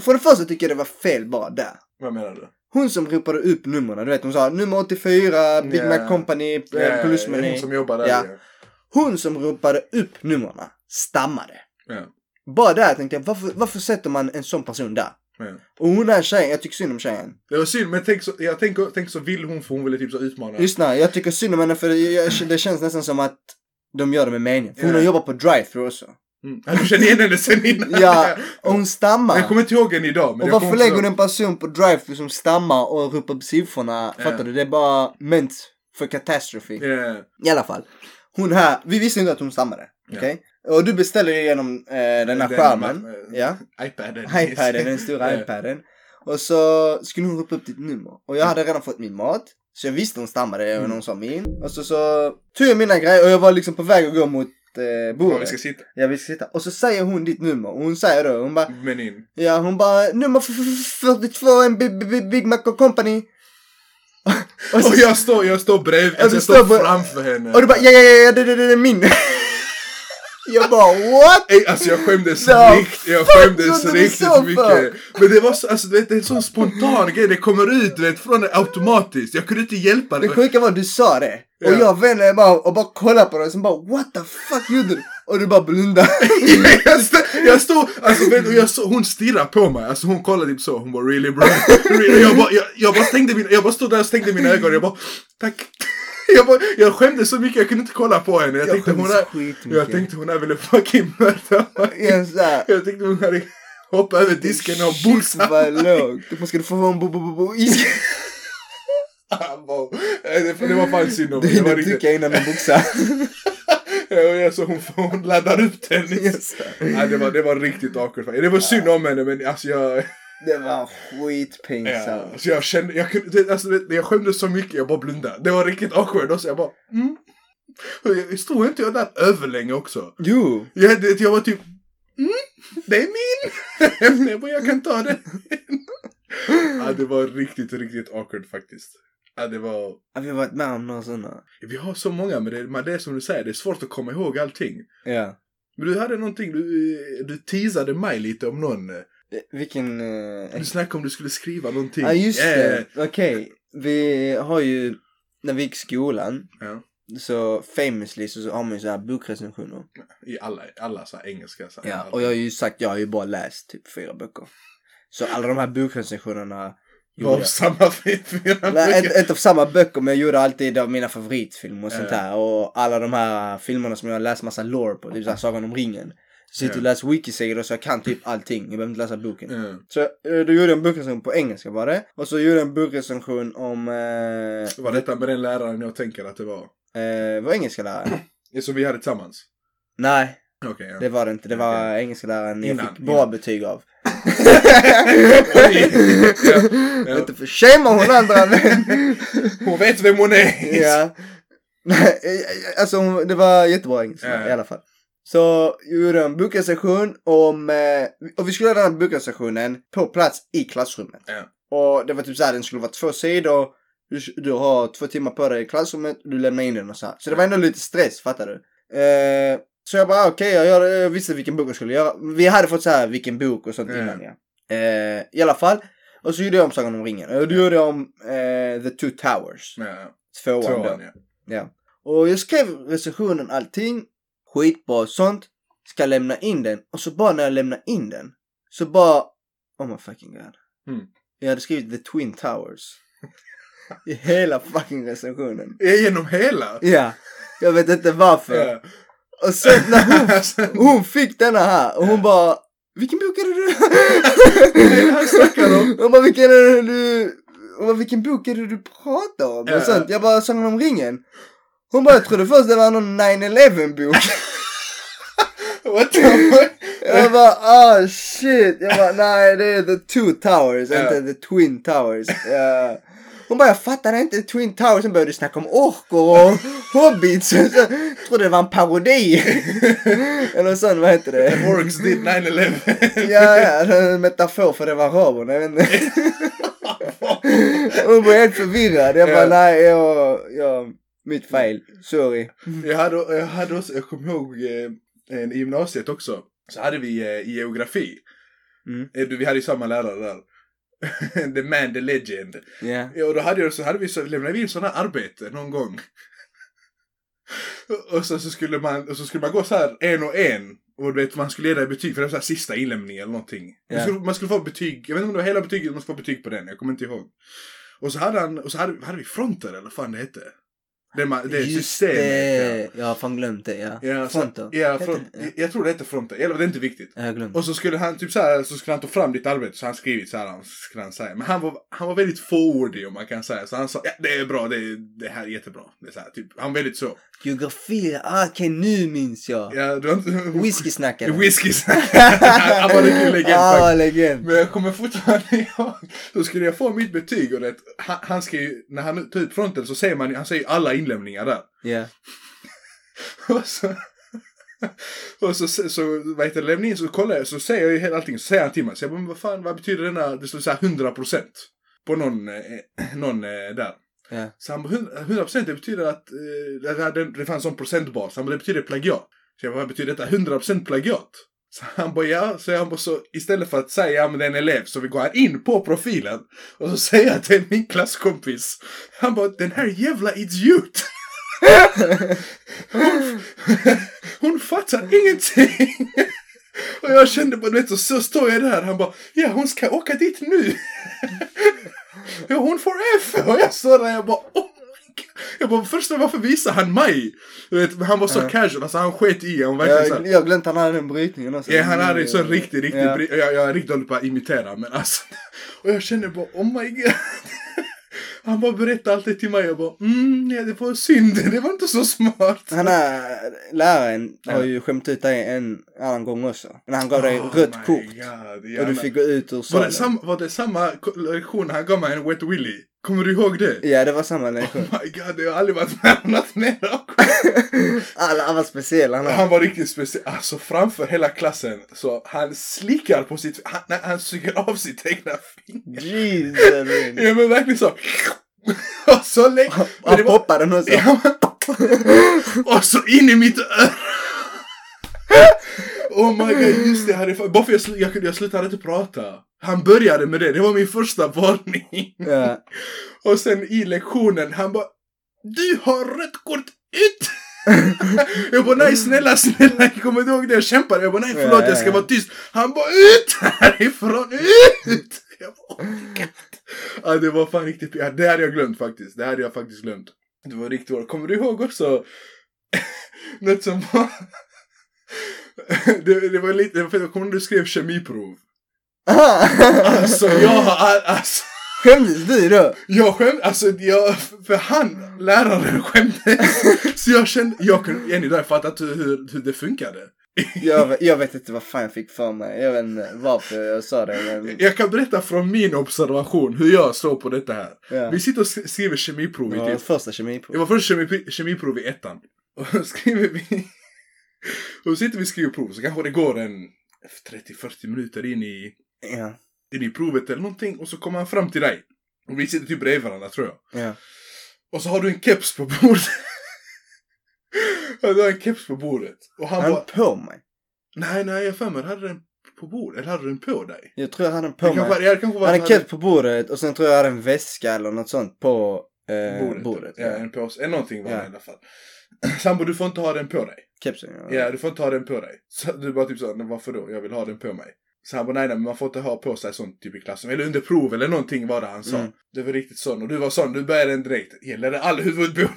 Speaker 2: För det första tycker jag det var fel bara där.
Speaker 3: Vad menar du?
Speaker 2: Hon som ropade upp numren, du vet hon sa nummer 84, Big
Speaker 3: Ja.
Speaker 2: Mac Company, eh,
Speaker 3: Ja,
Speaker 2: plusmeny.
Speaker 3: Hon som jobbar där.
Speaker 2: Ja.
Speaker 3: ja.
Speaker 2: Hon som ropade upp numren stammade.
Speaker 3: Ja.
Speaker 2: Bara där tänkte jag, varför, varför sätter man en sån person där?
Speaker 3: Ja.
Speaker 2: Och hon är tjejen, jag tycker synd om tjejen.
Speaker 3: Det var synd, men tänk så, jag tänker, tänk så vill hon för hon ville typ så utmana.
Speaker 2: Lyssna, jag tycker synd om henne för jag, jag- det känns nästan som att de gör det med mening. För hon
Speaker 3: Ja.
Speaker 2: har jobbat på drive-thru också.
Speaker 3: Mm. Ja, Du känner igen henne sen innan. (laughs)
Speaker 2: Ja, och hon
Speaker 3: Jag
Speaker 2: stammar.
Speaker 3: kommer inte ihåg henne idag. Mm. Men
Speaker 2: Och
Speaker 3: jag
Speaker 2: varför
Speaker 3: kommer inte
Speaker 2: lägger hon
Speaker 3: ihåg-
Speaker 2: en person på drive-thru som stammar och ropar upp siffrorna?
Speaker 3: Ja.
Speaker 2: Fattar du? Det är bara ment för catastrophe.
Speaker 3: Ja.
Speaker 2: I alla fall. Hon här, vi visste inte att hon stammade.
Speaker 3: Ja.
Speaker 2: Okej? Och du beställde ju genom eh, den här
Speaker 3: Den
Speaker 2: skärmen.
Speaker 3: ma- eh,
Speaker 2: Ja.
Speaker 3: Ipaden.
Speaker 2: iPaden, den stora
Speaker 3: (laughs) Ja.
Speaker 2: iPaden. Och så skulle hon ropa upp ditt nummer. Och jag hade redan fått min mat. Så jag visste hon stammade och
Speaker 3: Mm.
Speaker 2: hon sa min. Och så, så tog jag mina grejer och jag var liksom på väg att gå mot eh,
Speaker 3: Var vi
Speaker 2: bordet.
Speaker 3: ska sitta.
Speaker 2: Ja, vi ska sitta. Och så säger hon ditt nummer. Och hon säger då, hon bara,
Speaker 3: Menyn.
Speaker 2: ja hon bara, nummer f- f- 42, en Bi- Bi- Big Mac och Company. och, så,
Speaker 3: (laughs) Och jag står, jag står bredvid,
Speaker 2: Ja, du
Speaker 3: alltså, jag står
Speaker 2: står på-
Speaker 3: framför henne.
Speaker 2: och du bara, ja ja ja, ja det, det, det är min. (laughs) jag bara, what?
Speaker 3: Ey, alltså jag skämdes
Speaker 2: Ja,
Speaker 3: riktigt, jag
Speaker 2: fuck,
Speaker 3: skämdes
Speaker 2: gjorde du så
Speaker 3: riktigt mycket. Men det var så, alltså du vet, det är en sån spontan grej, det kommer ut du vet, från det automatiskt. Jag kunde inte hjälpa
Speaker 2: Det
Speaker 3: det.
Speaker 2: sjuka var att du sa det.
Speaker 3: Ja.
Speaker 2: Och jag vände mig bara och bara kollade på dig och sen bara what the fuck gjorde du? Och du bara blundade.
Speaker 3: (laughs) jag, stod, jag stod, alltså vet du, jag så, hon stirrade på mig, alltså hon kollade typ så, hon bara really bro. Really? Jag, bara, jag, jag bara stängde mina, jag bara stod där och stängde mina ögon, jag bara tack. (laughs) Jag, bara, jag skämdes så mycket, jag kunde inte kolla på henne. Jag,
Speaker 2: Jag
Speaker 3: tänkte, hon
Speaker 2: skämdes
Speaker 3: här,
Speaker 2: skitmycket.
Speaker 3: jag tänkte hon här ville fucking mörda mig.
Speaker 2: Igen såhär.
Speaker 3: Jag tänkte hon här hoppa över disken och bullsa
Speaker 2: Vad lågt. Vad ska du få vara en bo bo bo bo is-
Speaker 3: (laughs) Han bara, eh, det, det var fan synd om
Speaker 2: Du
Speaker 3: mig. Det var
Speaker 2: hinner
Speaker 3: riktigt.
Speaker 2: trycka innan man
Speaker 3: (laughs)
Speaker 2: boxar.
Speaker 3: Ja, och jag så hon, hon laddar upp den. Ja, det, var, det var riktigt awkward. Det var synd om henne men alltså jag,
Speaker 2: Det var
Speaker 3: ja,
Speaker 2: skitpinsamt.
Speaker 3: alltså, jag kände, jag kunde, det, alltså, det, jag skämdes så mycket jag bara blundade. Det var riktigt awkward och så jag bara, mm. Och jag- Stod inte jag där överlänge också?
Speaker 2: Jo.
Speaker 3: Jag, det, jag var typ, mm, det är min! (laughs) jag bara, jag kan ta den. ja, det var riktigt, riktigt awkward faktiskt. Ja, det var...
Speaker 2: Har vi varit med om några sådana?
Speaker 3: Vi har så många, men det, men det är som du säger, det är svårt att komma ihåg allting.
Speaker 2: Ja.
Speaker 3: Men du hade någonting, du, du teasade mig lite om någon.
Speaker 2: Eh, Vilken... eh,
Speaker 3: Du snackade om du skulle skriva någonting.
Speaker 2: Ja just
Speaker 3: Eh,
Speaker 2: det. Okej. Vi har ju, när vi gick i skolan.
Speaker 3: Ja.
Speaker 2: Så famously så har man ju såhär bokrecensioner.
Speaker 3: I alla, alla så här engelska. Så här,
Speaker 2: Ja,
Speaker 3: alla. (laughs)
Speaker 2: och jag har ju sagt, jag har ju bara läst typ fyra böcker. Så alla de här bokrecensionerna
Speaker 3: Var
Speaker 2: gjorde
Speaker 3: av samma fyra
Speaker 2: jag. Nej, inte, inte av samma böcker, men jag gjorde alltid av mina favoritfilmer och sånt
Speaker 3: Ja.
Speaker 2: här. Och alla de här filmerna som jag har läst massa lore på, typ såhär Sagan om ringen. Jag Sitter och
Speaker 3: Ja.
Speaker 2: läser wikisidor så jag kan typ allting. Jag behöver inte läsa boken.
Speaker 3: Eh,
Speaker 2: Så eh, då gjorde jag en bokrecension på engelska var det. Och så gjorde jag en bokrecension om... Eh,
Speaker 3: Var detta med den läraren jag tänker att det var?
Speaker 2: eh, var engelska
Speaker 3: (clears throat)
Speaker 2: lärare?
Speaker 3: Ja, Som vi hade tillsammans?
Speaker 2: Nej,
Speaker 3: Okej,
Speaker 2: det var det inte. Det var engelska läraren jag
Speaker 3: Innan,
Speaker 2: fick bra
Speaker 3: innan.
Speaker 2: betyg
Speaker 3: (laughs)
Speaker 2: av.
Speaker 3: ja.
Speaker 2: (laughs)
Speaker 3: Ja.
Speaker 2: Inte för shamear hon
Speaker 3: (laughs)
Speaker 2: andra men...
Speaker 3: Hon vet vem hon är!
Speaker 2: ja. Nej, alltså hon- det var jättebra engelska
Speaker 3: Ja.
Speaker 2: i alla fall. Så gjorde jag en bokrecension om, eh, och vi skulle ha den här bokrecensionen på plats i klassrummet.
Speaker 3: Ja.
Speaker 2: Och det var typ såhär, den skulle vara två sidor. Du, du har två timmar på dig i klassrummet, du lämnar in den och så här. Så det var ändå lite stress, fattar du? Eh, så jag bara, okej, jag, gör- jag visste vilken bok jag skulle göra. Vi hade fått så här vilken bok och sånt
Speaker 3: Ja.
Speaker 2: innan ja. Eh, I alla fall. Och så gjorde jag om Sagan om ringen. Och då gjorde jag om eh, The Two Towers.
Speaker 3: Ja,
Speaker 2: Tvåan, då.
Speaker 3: Tvåan, ja.
Speaker 2: Och jag skrev recensionen allting. Skitbra och sånt. Ska lämna in den. Och så bara när jag lämnar in den. Så bara. Oh my fucking god.
Speaker 3: Mm.
Speaker 2: Jag hade skrivit The Twin Towers. I hela fucking recensionen.
Speaker 3: Ja, Genom hela?
Speaker 2: Ja. Jag vet inte varför.
Speaker 3: Ja. (laughs) Alltså,
Speaker 2: Och sen när hon, hon fick denna här. Och hon bara. Vilken bok är det du?
Speaker 3: Vad är det han snackar om?
Speaker 2: (laughs) Hon bara vilken är det du? och vilken bok är det du pratar om?
Speaker 3: Ja.
Speaker 2: Och sånt. Jag bara, Sagan om ringen. Hon bara, jag trodde först det var någon 9-11
Speaker 3: (laughs)
Speaker 2: bok.
Speaker 3: What the fuck?
Speaker 2: Jag bara, ah shit. Jag bara, nej det är the two towers,
Speaker 3: Ja.
Speaker 2: inte the twin towers. Ja. Hon bara, jag fattar inte twin towers. Sen började du snacka om orker och hobbits. (laughs) Jag trodde det var en parodi. (laughs) Eller sån, vad heter det?
Speaker 3: Orcs did 9-11.
Speaker 2: Ja, ja, det är en metafor för det var araberna. Jag vet
Speaker 3: (laughs)
Speaker 2: inte. Hon var helt förvirrad. Jag bara,
Speaker 3: Ja.
Speaker 2: nej, jag, jag, mitt fel. Sorry.
Speaker 3: Jag hade, jag hade också, jag kommer ihåg eh, en, i gymnasiet också. Så hade vi eh, i geografi.
Speaker 2: Mm.
Speaker 3: Eh, du, Vi hade ju samma lärare där. (laughs) the man, the legend.
Speaker 2: Ja.
Speaker 3: Ja, och då hade, jag, så hade vi, så, lämnade vi in sådana arbete någon gång. (laughs) och, så, så skulle man, och så skulle man gå så här en och en. Och du vet, man skulle ge det betyg för det var så här sista inlämningen eller någonting.
Speaker 2: Ja.
Speaker 3: Man, skulle, man skulle få betyg, jag vet inte om det var hela betyget, man skulle få betyg på den, jag kommer inte ihåg. Och så hade han, och så hade, hade vi fronter eller vad fan det hette. Det, man, det systemet. ja.
Speaker 2: det. Jag har fan glömt det, ja.
Speaker 3: Ja, så-
Speaker 2: Fronter.
Speaker 3: Ja,
Speaker 2: Heter
Speaker 3: front,
Speaker 2: det? Ja. Mm.
Speaker 3: jag- Jag tror det heter fronter, eller det är inte viktigt.
Speaker 2: Jag har glömt.
Speaker 3: Och så skulle han typ så här, så skulle han ta fram ditt arbete, så han skrivit så här, han- skulle han säga. Men han var, han var väldigt fåordig om man kan säga. Så han sa, ja det är bra, det, är- det här är jättebra. Det är så här, typ, han var väldigt så.
Speaker 2: Geografi, ah, okej nu minns jag.
Speaker 3: Ja, du har inte...
Speaker 2: Whiskysnackare. (laughs)
Speaker 3: (laughs) Whisky. han han var riktigt legend
Speaker 2: Ja,
Speaker 3: faktiskt.
Speaker 2: legend.
Speaker 3: Men jag kommer fortfarande ihåg. Då skulle jag få mitt betyg och det, han, han ska ju, när han tar ut fronten så säger man, han säger alla inlämningar där.
Speaker 2: Ja.
Speaker 3: (laughs) Och så, och så, så, vad heter det, lämnar in så kollar jag, så säger jag ju hela allting, så säger han till mig, så jag bara, men vad fan, vad betyder denna, det står så här 100% på någon, eh, någon eh, där.
Speaker 2: Ja.
Speaker 3: Så han bara, 100% det betyder att, eh, det, här- det, det fanns en sån procentbas, han bara, det betyder plagiat. Så jag bara, vad betyder detta, 100% plagiat? Så han bara, ja, så jag bara, så istället för att säga, ja men det är en elev, så vi går han in på profilen och så säger jag att det är min klasskompis. Han bara, den här jävla idiot! Hon fattar ingenting. Och jag kände bara, du vet, så, så står jag där. Han bara, ja hon ska åka dit nu. Ja, hon får F. Och jag står där, jag bara, oh my god. Jag bara, först varför visar han mig? Du vet, men han var så
Speaker 2: Ja.
Speaker 3: casual, alltså han sket i han var verkligen så
Speaker 2: Jag,
Speaker 3: här.
Speaker 2: jag har glömt han hade den brytningen också.
Speaker 3: Ja, han hade ju sån riktig, riktig,
Speaker 2: Ja.
Speaker 3: bri- jag, jag är riktigt dålig på att imitera, men alltså. (laughs) Och jag kände bara, oh my god. (laughs) Han bara berättade allt det till mig, jag bara, mm, ja, det var synd, (laughs) det var inte så smart.
Speaker 2: Han är, läraren har
Speaker 3: Ja.
Speaker 2: ju skämt ut dig en annan gång också. När han gav dig
Speaker 3: Oh
Speaker 2: rött
Speaker 3: my
Speaker 2: kort.
Speaker 3: God,
Speaker 2: Och
Speaker 3: jävlar.
Speaker 2: du fick gå ut ur
Speaker 3: Var det,
Speaker 2: salen.
Speaker 3: samma, var det samma ko- lektion han gav mig en Wet Willy? Kommer du ihåg det?
Speaker 2: Ja, det var samma lektion.
Speaker 3: Oh my god, jag har aldrig varit med om något mer awkward.
Speaker 2: Alla, alla var speciella. Han har-
Speaker 3: Han var riktigt speciell. Alltså framför hela klassen, så han slickar på sitt... Han, nej, han suger av sitt egna finger.
Speaker 2: Jesus. min.
Speaker 3: Ja men verkligen så. (laughs) Och så lägger... men det
Speaker 2: Han
Speaker 3: var-
Speaker 2: poppade den också.
Speaker 3: Ja, men- Och så in i mitt öra. (laughs) Oh my god, just det. Harry. Bara för jag, sl- jag, kunde- jag slutade inte prata. Han började med det. Det var min första varning.
Speaker 2: Ja.
Speaker 3: Och sen i lektionen, han bara Du har rött kort ut! jag bara nej snälla snälla, jag kommer inte ihåg det jag kämpade. Jag bara nej förlåt jag ska vara tyst. Han bara ut härifrån, ut! Jag bara, oh my God. ja, det var fan riktigt ja, Det hade jag glömt faktiskt. Det hade jag faktiskt glömt. Det var riktigt hårt. Kommer du ihåg också (laughs) något som var... (laughs) det, det var lite, det var för att jag kommer ihåg när du skrev kemiprov.
Speaker 2: Aha. (laughs)
Speaker 3: Alltså jag har, all- alltså
Speaker 2: Skämdes du då?
Speaker 3: jag skämde, alltså jag, för han, läraren skämdes. Så jag kände, jag kunde, än idag, jag fattar inte hur, hur det funkade.
Speaker 2: Jag, jag vet inte vad fan jag fick för mig. Jag vet inte varför jag sa det. Men,
Speaker 3: Jag kan berätta från min observation hur jag såg på detta här.
Speaker 2: ja.
Speaker 3: Vi sitter och sk- skriver kemiprov
Speaker 2: Det
Speaker 3: i
Speaker 2: var
Speaker 3: typ-
Speaker 2: hans första kemiprov.
Speaker 3: Det var först kemi, kemiprov i ettan. Och då skriver vi... Och då sitter vi och skriver prov, så kanske det går en 30-40 minuter in i,
Speaker 2: Ja.
Speaker 3: in i provet eller någonting. Och så kommer han fram till dig. Och vi sitter typ bredvid varandra tror jag.
Speaker 2: Ja.
Speaker 3: Och så har du en keps på bordet. Ja, du har en keps på bordet. Och han,
Speaker 2: Han
Speaker 3: bara,
Speaker 2: på mig.
Speaker 3: nej, nej, jag har för mig, hade den på bordet? Eller hade den på dig?
Speaker 2: Jag tror jag hade den på
Speaker 3: Det
Speaker 2: mig.
Speaker 3: kanske, ja, det kanske var
Speaker 2: Han hade
Speaker 3: att du
Speaker 2: keps på bordet och sen tror jag hade en väska eller något sånt på eh, bordet.
Speaker 3: ja.
Speaker 2: ja.
Speaker 3: en påse, eller någonting var det
Speaker 2: Ja.
Speaker 3: i alla fall. (clears throat) Sambo, du får inte ha den på dig.
Speaker 2: Kepsen ja.
Speaker 3: Ja, du får inte ha den på dig. Så du bara typ så, "Nej, varför då? Jag vill ha den på mig. Så han bara, nej, nej, men man får inte ha på sig sånt typ i klassen. Eller under prov eller någonting var det han sa.
Speaker 2: Mm.
Speaker 3: Det var riktigt sån. Och du var sån, du började den direkt. Gäller det all (laughs) huvudbonad?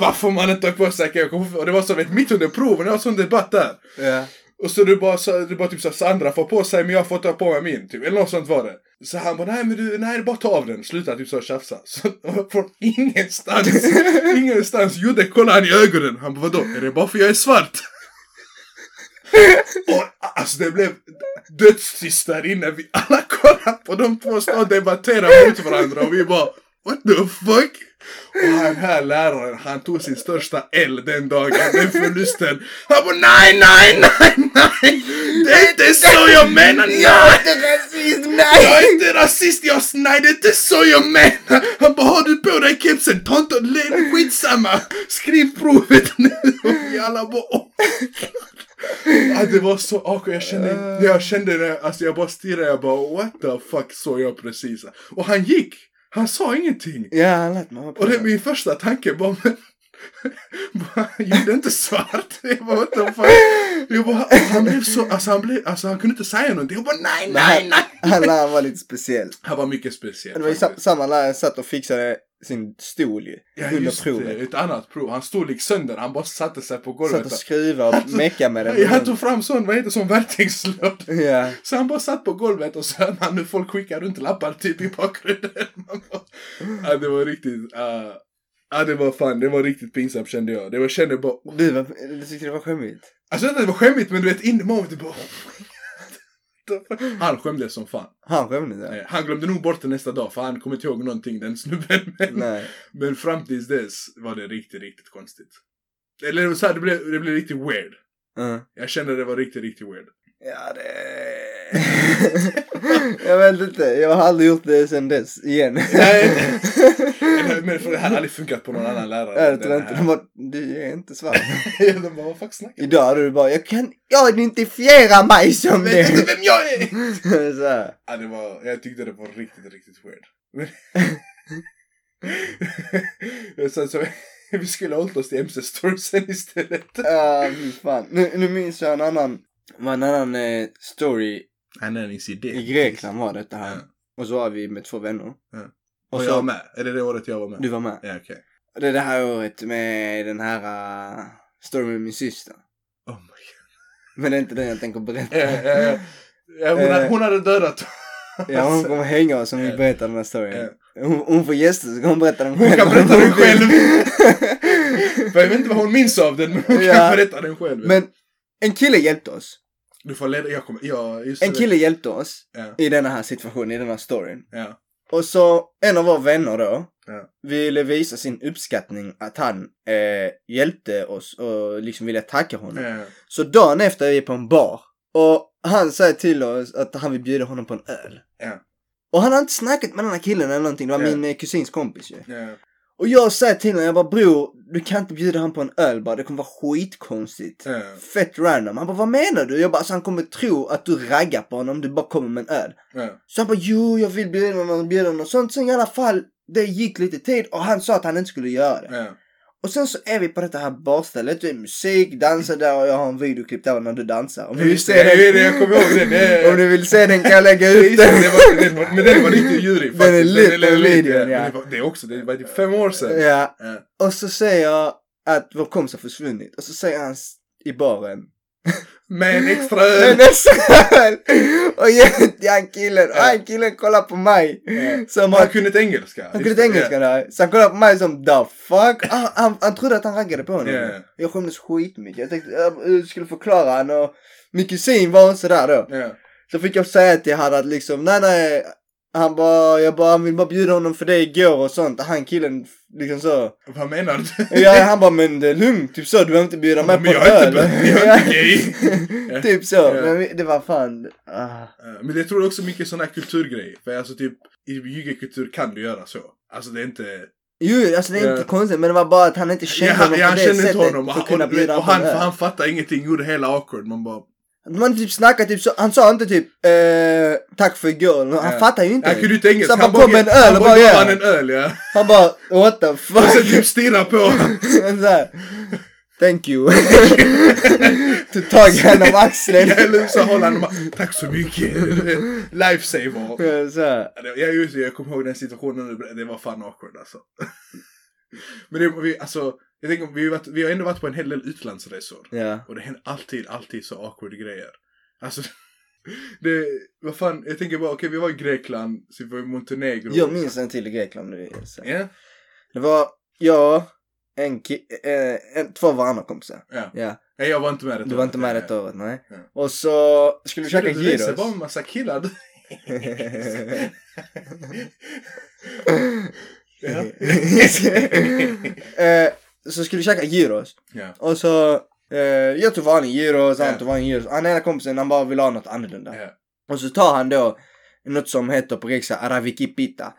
Speaker 3: Varför man inte har på sig kaka? Och det var så, vet, mitt under proven, det var sån debatt där.
Speaker 2: (laughs) ja.
Speaker 3: Och så det bara, så, det bara typ så här, Sandra får på sig men jag får ta på mig min typ. Eller något sånt var det. Så han bara nej men du, nej bara ta av den. Sluta typ så här tjafsa. (laughs) Så från ingenstans, ingenstans gjorde kollade han i ögonen. Han bara vadå är det bara för jag är svart? Och alltså det blev dödstyst där inne. Vi alla kollade på de två stå och debatterade mot varandra och vi bara What the fuck? Och han här läraren, han tog sin största L den dagen, den förlusten. Han bara nej, nej, nej, nej! Det är inte så jag menar,
Speaker 2: Jag är
Speaker 3: nej!
Speaker 2: inte rasist,
Speaker 3: Jag
Speaker 2: nej!
Speaker 3: är inte rasist, jag, nej det är inte så jag menar! Han bara har du på dig kepsen? Ta inte le- skitsamma! Skriv provet nu! Och vi alla bara åh. Ja, det var så awkward, jag kände, jag kände det, alltså jag bara stirrade, jag bara what the fuck såg jag precis? Och han gick! Han sa ingenting!
Speaker 2: Ja, han lät mamma på
Speaker 3: Och det är min första tanke bara, men... bara, Gjorde inte svart? Jag bara, what the fuck? Jag bara, och han blev så, alltså han blev, alltså han kunde inte säga någonting. Jag bara, nej, nej, nej!
Speaker 2: Han läraren var lite speciell.
Speaker 3: Han var mycket
Speaker 2: Det
Speaker 3: speciell
Speaker 2: var ju sam-
Speaker 3: faktiskt.
Speaker 2: samma lärare som satt och fixade sin stol ju.
Speaker 3: Ja,
Speaker 2: under
Speaker 3: just det,
Speaker 2: provet.
Speaker 3: ett annat prov. Han stod liksom sönder, han bara satte sig på
Speaker 2: Satt
Speaker 3: golvet.
Speaker 2: och skruvade och meckade med den.
Speaker 3: Ja, Han tog fram sån, vad heter det, sån verktygslåda.
Speaker 2: Ja.
Speaker 3: Så han bara satt på golvet och så hör man nu folk skickar runt lappar typ i bakgrunden. (laughs) Man bara, ja, det var riktigt, uh, ja det var fan, det var riktigt pinsamt kände jag. Det var, jag kände bara,
Speaker 2: Du, var- du tyckte det var skämmigt?
Speaker 3: Alltså inte att det var skämmigt men du vet in i momentet bara... oh (laughs) Han skämdes som fan.
Speaker 2: Han skämdes ja.
Speaker 3: Eh, Han glömde nog bort det nästa dag för han kom inte ihåg någonting den snubben. Men,
Speaker 2: Nej.
Speaker 3: men fram tills dess var det riktigt, riktigt konstigt. Eller det var så här, det blev, det blev riktigt weird.
Speaker 2: Mm.
Speaker 3: Jag kände det var riktigt, riktigt weird.
Speaker 2: Ja, det... jag vet inte. Jag har aldrig gjort det sen dess igen. (laughs)
Speaker 3: Nej. Eller, Men för det här hade aldrig funkat på någon annan lärare.
Speaker 2: Ja,
Speaker 3: än
Speaker 2: det (laughs) tror jag
Speaker 3: den
Speaker 2: inte.
Speaker 3: här.
Speaker 2: De bara, du är inte svart.
Speaker 3: Ja, De bara, vad fuck snackar
Speaker 2: Idag hade du bara, jag kan, jag identifierar mig som
Speaker 3: du Vet
Speaker 2: det.
Speaker 3: inte vem
Speaker 2: (laughs)
Speaker 3: jag är!
Speaker 2: så här.
Speaker 3: Ja, det var, jag tyckte det var riktigt, riktigt weird.
Speaker 2: (laughs)
Speaker 3: Men... sen så, (laughs) vi skulle ha hållit oss till MC-storiesen istället.
Speaker 2: Ja, fy fan. Nu, nu minns jag en annan, var en annan eh, story
Speaker 3: Han är en incident.
Speaker 2: i Grekland var detta här.
Speaker 3: Ja.
Speaker 2: Och så var vi med två vänner.
Speaker 3: Ja.
Speaker 2: Och,
Speaker 3: Och
Speaker 2: så,
Speaker 3: jag var med. Är det det året jag var med?
Speaker 2: du var med.
Speaker 3: Ja, okej.
Speaker 2: Det är det här året med den här uh, storyn med min syster.
Speaker 3: Oh my god.
Speaker 2: Men det är inte den jag tänker berätta.
Speaker 3: Ja, ja, ja. Ja, hon, hade,
Speaker 2: Eh.
Speaker 3: hon hade dödat
Speaker 2: Ja, hon kommer hänga oss om vi
Speaker 3: Ja.
Speaker 2: berättar den här storyn. Hon, hon får gäster så kan hon berätta den
Speaker 3: Hon
Speaker 2: själv.
Speaker 3: kan berätta
Speaker 2: (laughs)
Speaker 3: den själv. För jag vet inte vad hon minns av den, men hon kan
Speaker 2: Ja.
Speaker 3: berätta den själv.
Speaker 2: Men en kille hjälpte oss.
Speaker 3: Du får leda, jag kommer, ja, just
Speaker 2: En
Speaker 3: det.
Speaker 2: kille hjälpte oss
Speaker 3: Ja,
Speaker 2: i den här situationen, i den här storyn.
Speaker 3: ja.
Speaker 2: Och så en av våra vänner då
Speaker 3: Ja.
Speaker 2: ville visa sin uppskattning att han eh, hjälpte oss och liksom ville tacka honom.
Speaker 3: ja.
Speaker 2: Så dagen efter är vi på en bar och han säger till oss att han vill bjuda honom på en öl.
Speaker 3: Ja.
Speaker 2: Och han har inte snackat med den här killen eller någonting, det var
Speaker 3: Ja.
Speaker 2: min eh, kusins kompis ju.
Speaker 3: ja.
Speaker 2: Och jag säger till honom, jag bara bror, du kan inte bjuda honom på en öl bara, det kommer vara skitkonstigt.
Speaker 3: ja.
Speaker 2: Fett random. Han bara, vad menar du? Jag bara, så han kommer tro att du raggar på honom, du bara kommer med en öl.
Speaker 3: ja.
Speaker 2: Så han bara, jo jag vill bjuda honom, bjuda honom och sånt. Sen i alla fall, det gick lite tid och han sa att han inte skulle göra det.
Speaker 3: ja.
Speaker 2: Och sen så är vi på detta här barstället, det är musik, dansar där och jag har en videoklipp där när du dansar. Om du vill
Speaker 3: Just
Speaker 2: se
Speaker 3: det, det är
Speaker 2: den,
Speaker 3: det, jag kommer ihåg den. Ja, ja,
Speaker 2: (laughs)
Speaker 3: ja.
Speaker 2: om du vill se den kan jag lägga ut
Speaker 3: Just det,
Speaker 2: den.
Speaker 3: det var, den var, men den var lite djurig
Speaker 2: (laughs) Den
Speaker 3: faktiskt.
Speaker 2: är lite
Speaker 3: lite-
Speaker 2: videon, ja.
Speaker 3: men det var- Det är också, det var typ fem år sedan.
Speaker 2: Ja,
Speaker 3: Ja.
Speaker 2: och så säger jag att vår kompis har försvunnit och så säger han s- i baren
Speaker 3: (laughs) Med en extra
Speaker 2: Men
Speaker 3: öl.
Speaker 2: det är så här. Och ger till han killen. Och han killen kollar på mig.
Speaker 3: Ja.
Speaker 2: Som
Speaker 3: Han
Speaker 2: att,
Speaker 3: kunde inte engelska.
Speaker 2: han kunde
Speaker 3: Just
Speaker 2: inte
Speaker 3: det,
Speaker 2: engelska där. Så han kollar på mig som the fuck. Han, han, han trodde att han raggade på honom.
Speaker 3: Ja.
Speaker 2: Jag skämdes skitmycket. Jag tänkte jag eh, skulle förklara han och min kusin var sådär då.
Speaker 3: Ja. Ja.
Speaker 2: Så fick jag säga till han att liksom nej nej. Han bara, jag bara, han vill bara bjuda honom för det igår och sånt. Han killen liksom så.
Speaker 3: Vad menar
Speaker 2: (laughs)
Speaker 3: du?
Speaker 2: Ja, han bara, men det är lugnt, typ så. Du behöver inte bjuda mig
Speaker 3: Men
Speaker 2: på
Speaker 3: jag är inte,
Speaker 2: öl.
Speaker 3: jag är inte gay.
Speaker 2: (laughs)
Speaker 3: Ja.
Speaker 2: Typ så.
Speaker 3: Ja.
Speaker 2: Men vi- det var fan. Ah.
Speaker 3: Ja, Men jag tror det är också mycket sådana här kulturgrejer. För alltså typ, i ljugekultur kan du göra så. Alltså det är inte...
Speaker 2: Jo, alltså det är
Speaker 3: Ja.
Speaker 2: inte konstigt men det var bara att han inte kände
Speaker 3: Jag,
Speaker 2: honom
Speaker 3: jag,
Speaker 2: på
Speaker 3: jag
Speaker 2: det
Speaker 3: kände inte
Speaker 2: sättet
Speaker 3: honom.
Speaker 2: för att
Speaker 3: Och,
Speaker 2: kunna
Speaker 3: och,
Speaker 2: bjuda
Speaker 3: och
Speaker 2: honom
Speaker 3: han,
Speaker 2: på öl.
Speaker 3: han fattade ingenting, gjorde hela awkward. Man bara...
Speaker 2: Man typ snackade typ så, han sa inte typ eh, tack för igår, men han
Speaker 3: Ja.
Speaker 2: fattar ju inte.
Speaker 3: Han kunde inte engelska.
Speaker 2: Så han bara kom med en öl
Speaker 3: han
Speaker 2: och
Speaker 3: bara
Speaker 2: bara
Speaker 3: gav
Speaker 2: ja.
Speaker 3: han en öl ja. (laughs)
Speaker 2: Han bara what the
Speaker 3: Och sen
Speaker 2: fuck.
Speaker 3: typ stirrade
Speaker 2: (laughs)
Speaker 3: på honom.
Speaker 2: så här, Thank you. (laughs) Tog tag i henne av axeln. (laughs)
Speaker 3: Ja, Eller så håller han och bara, tack så mycket. (laughs) Lifesaver.
Speaker 2: så här.
Speaker 3: Ja, det- Jag, (laughs) just, det, jag kommer ihåg den situationen, det var fan awkward alltså. Men det, vi, alltså, Jag tänker, vi, har ju varit, vi har ändå varit på en hel del utlandsresor.
Speaker 2: Ja.
Speaker 3: Och det händer alltid, alltid så awkward grejer. Alltså, (laughs) det, vad fan, jag tänker bara, okej vi var i Grekland, så vi var i Montenegro.
Speaker 2: Jag minns en till i Grekland nu. så.
Speaker 3: Ja,
Speaker 2: Det var jag, en, ki- eh, en två av andra kompisar.
Speaker 3: ja.
Speaker 2: Ja.
Speaker 3: Nej, jag var inte med detta
Speaker 2: Du var inte med
Speaker 3: året.
Speaker 2: detta året, nej.
Speaker 3: Ja.
Speaker 2: Och så skulle vi
Speaker 3: Skulle
Speaker 2: käka
Speaker 3: du resa bara
Speaker 2: gyros. (laughs)
Speaker 3: med massa killar? ja.
Speaker 2: Eh, Så skulle vi käka gyros.
Speaker 3: ja.
Speaker 2: Och så, eh, jag tog vanlig gyros, han
Speaker 3: Ja.
Speaker 2: tog vanlig gyros. Han ena kompisen, han bara ville ha något annorlunda.
Speaker 3: ja.
Speaker 2: Och så tar han då något som heter på grekiska araviki pita.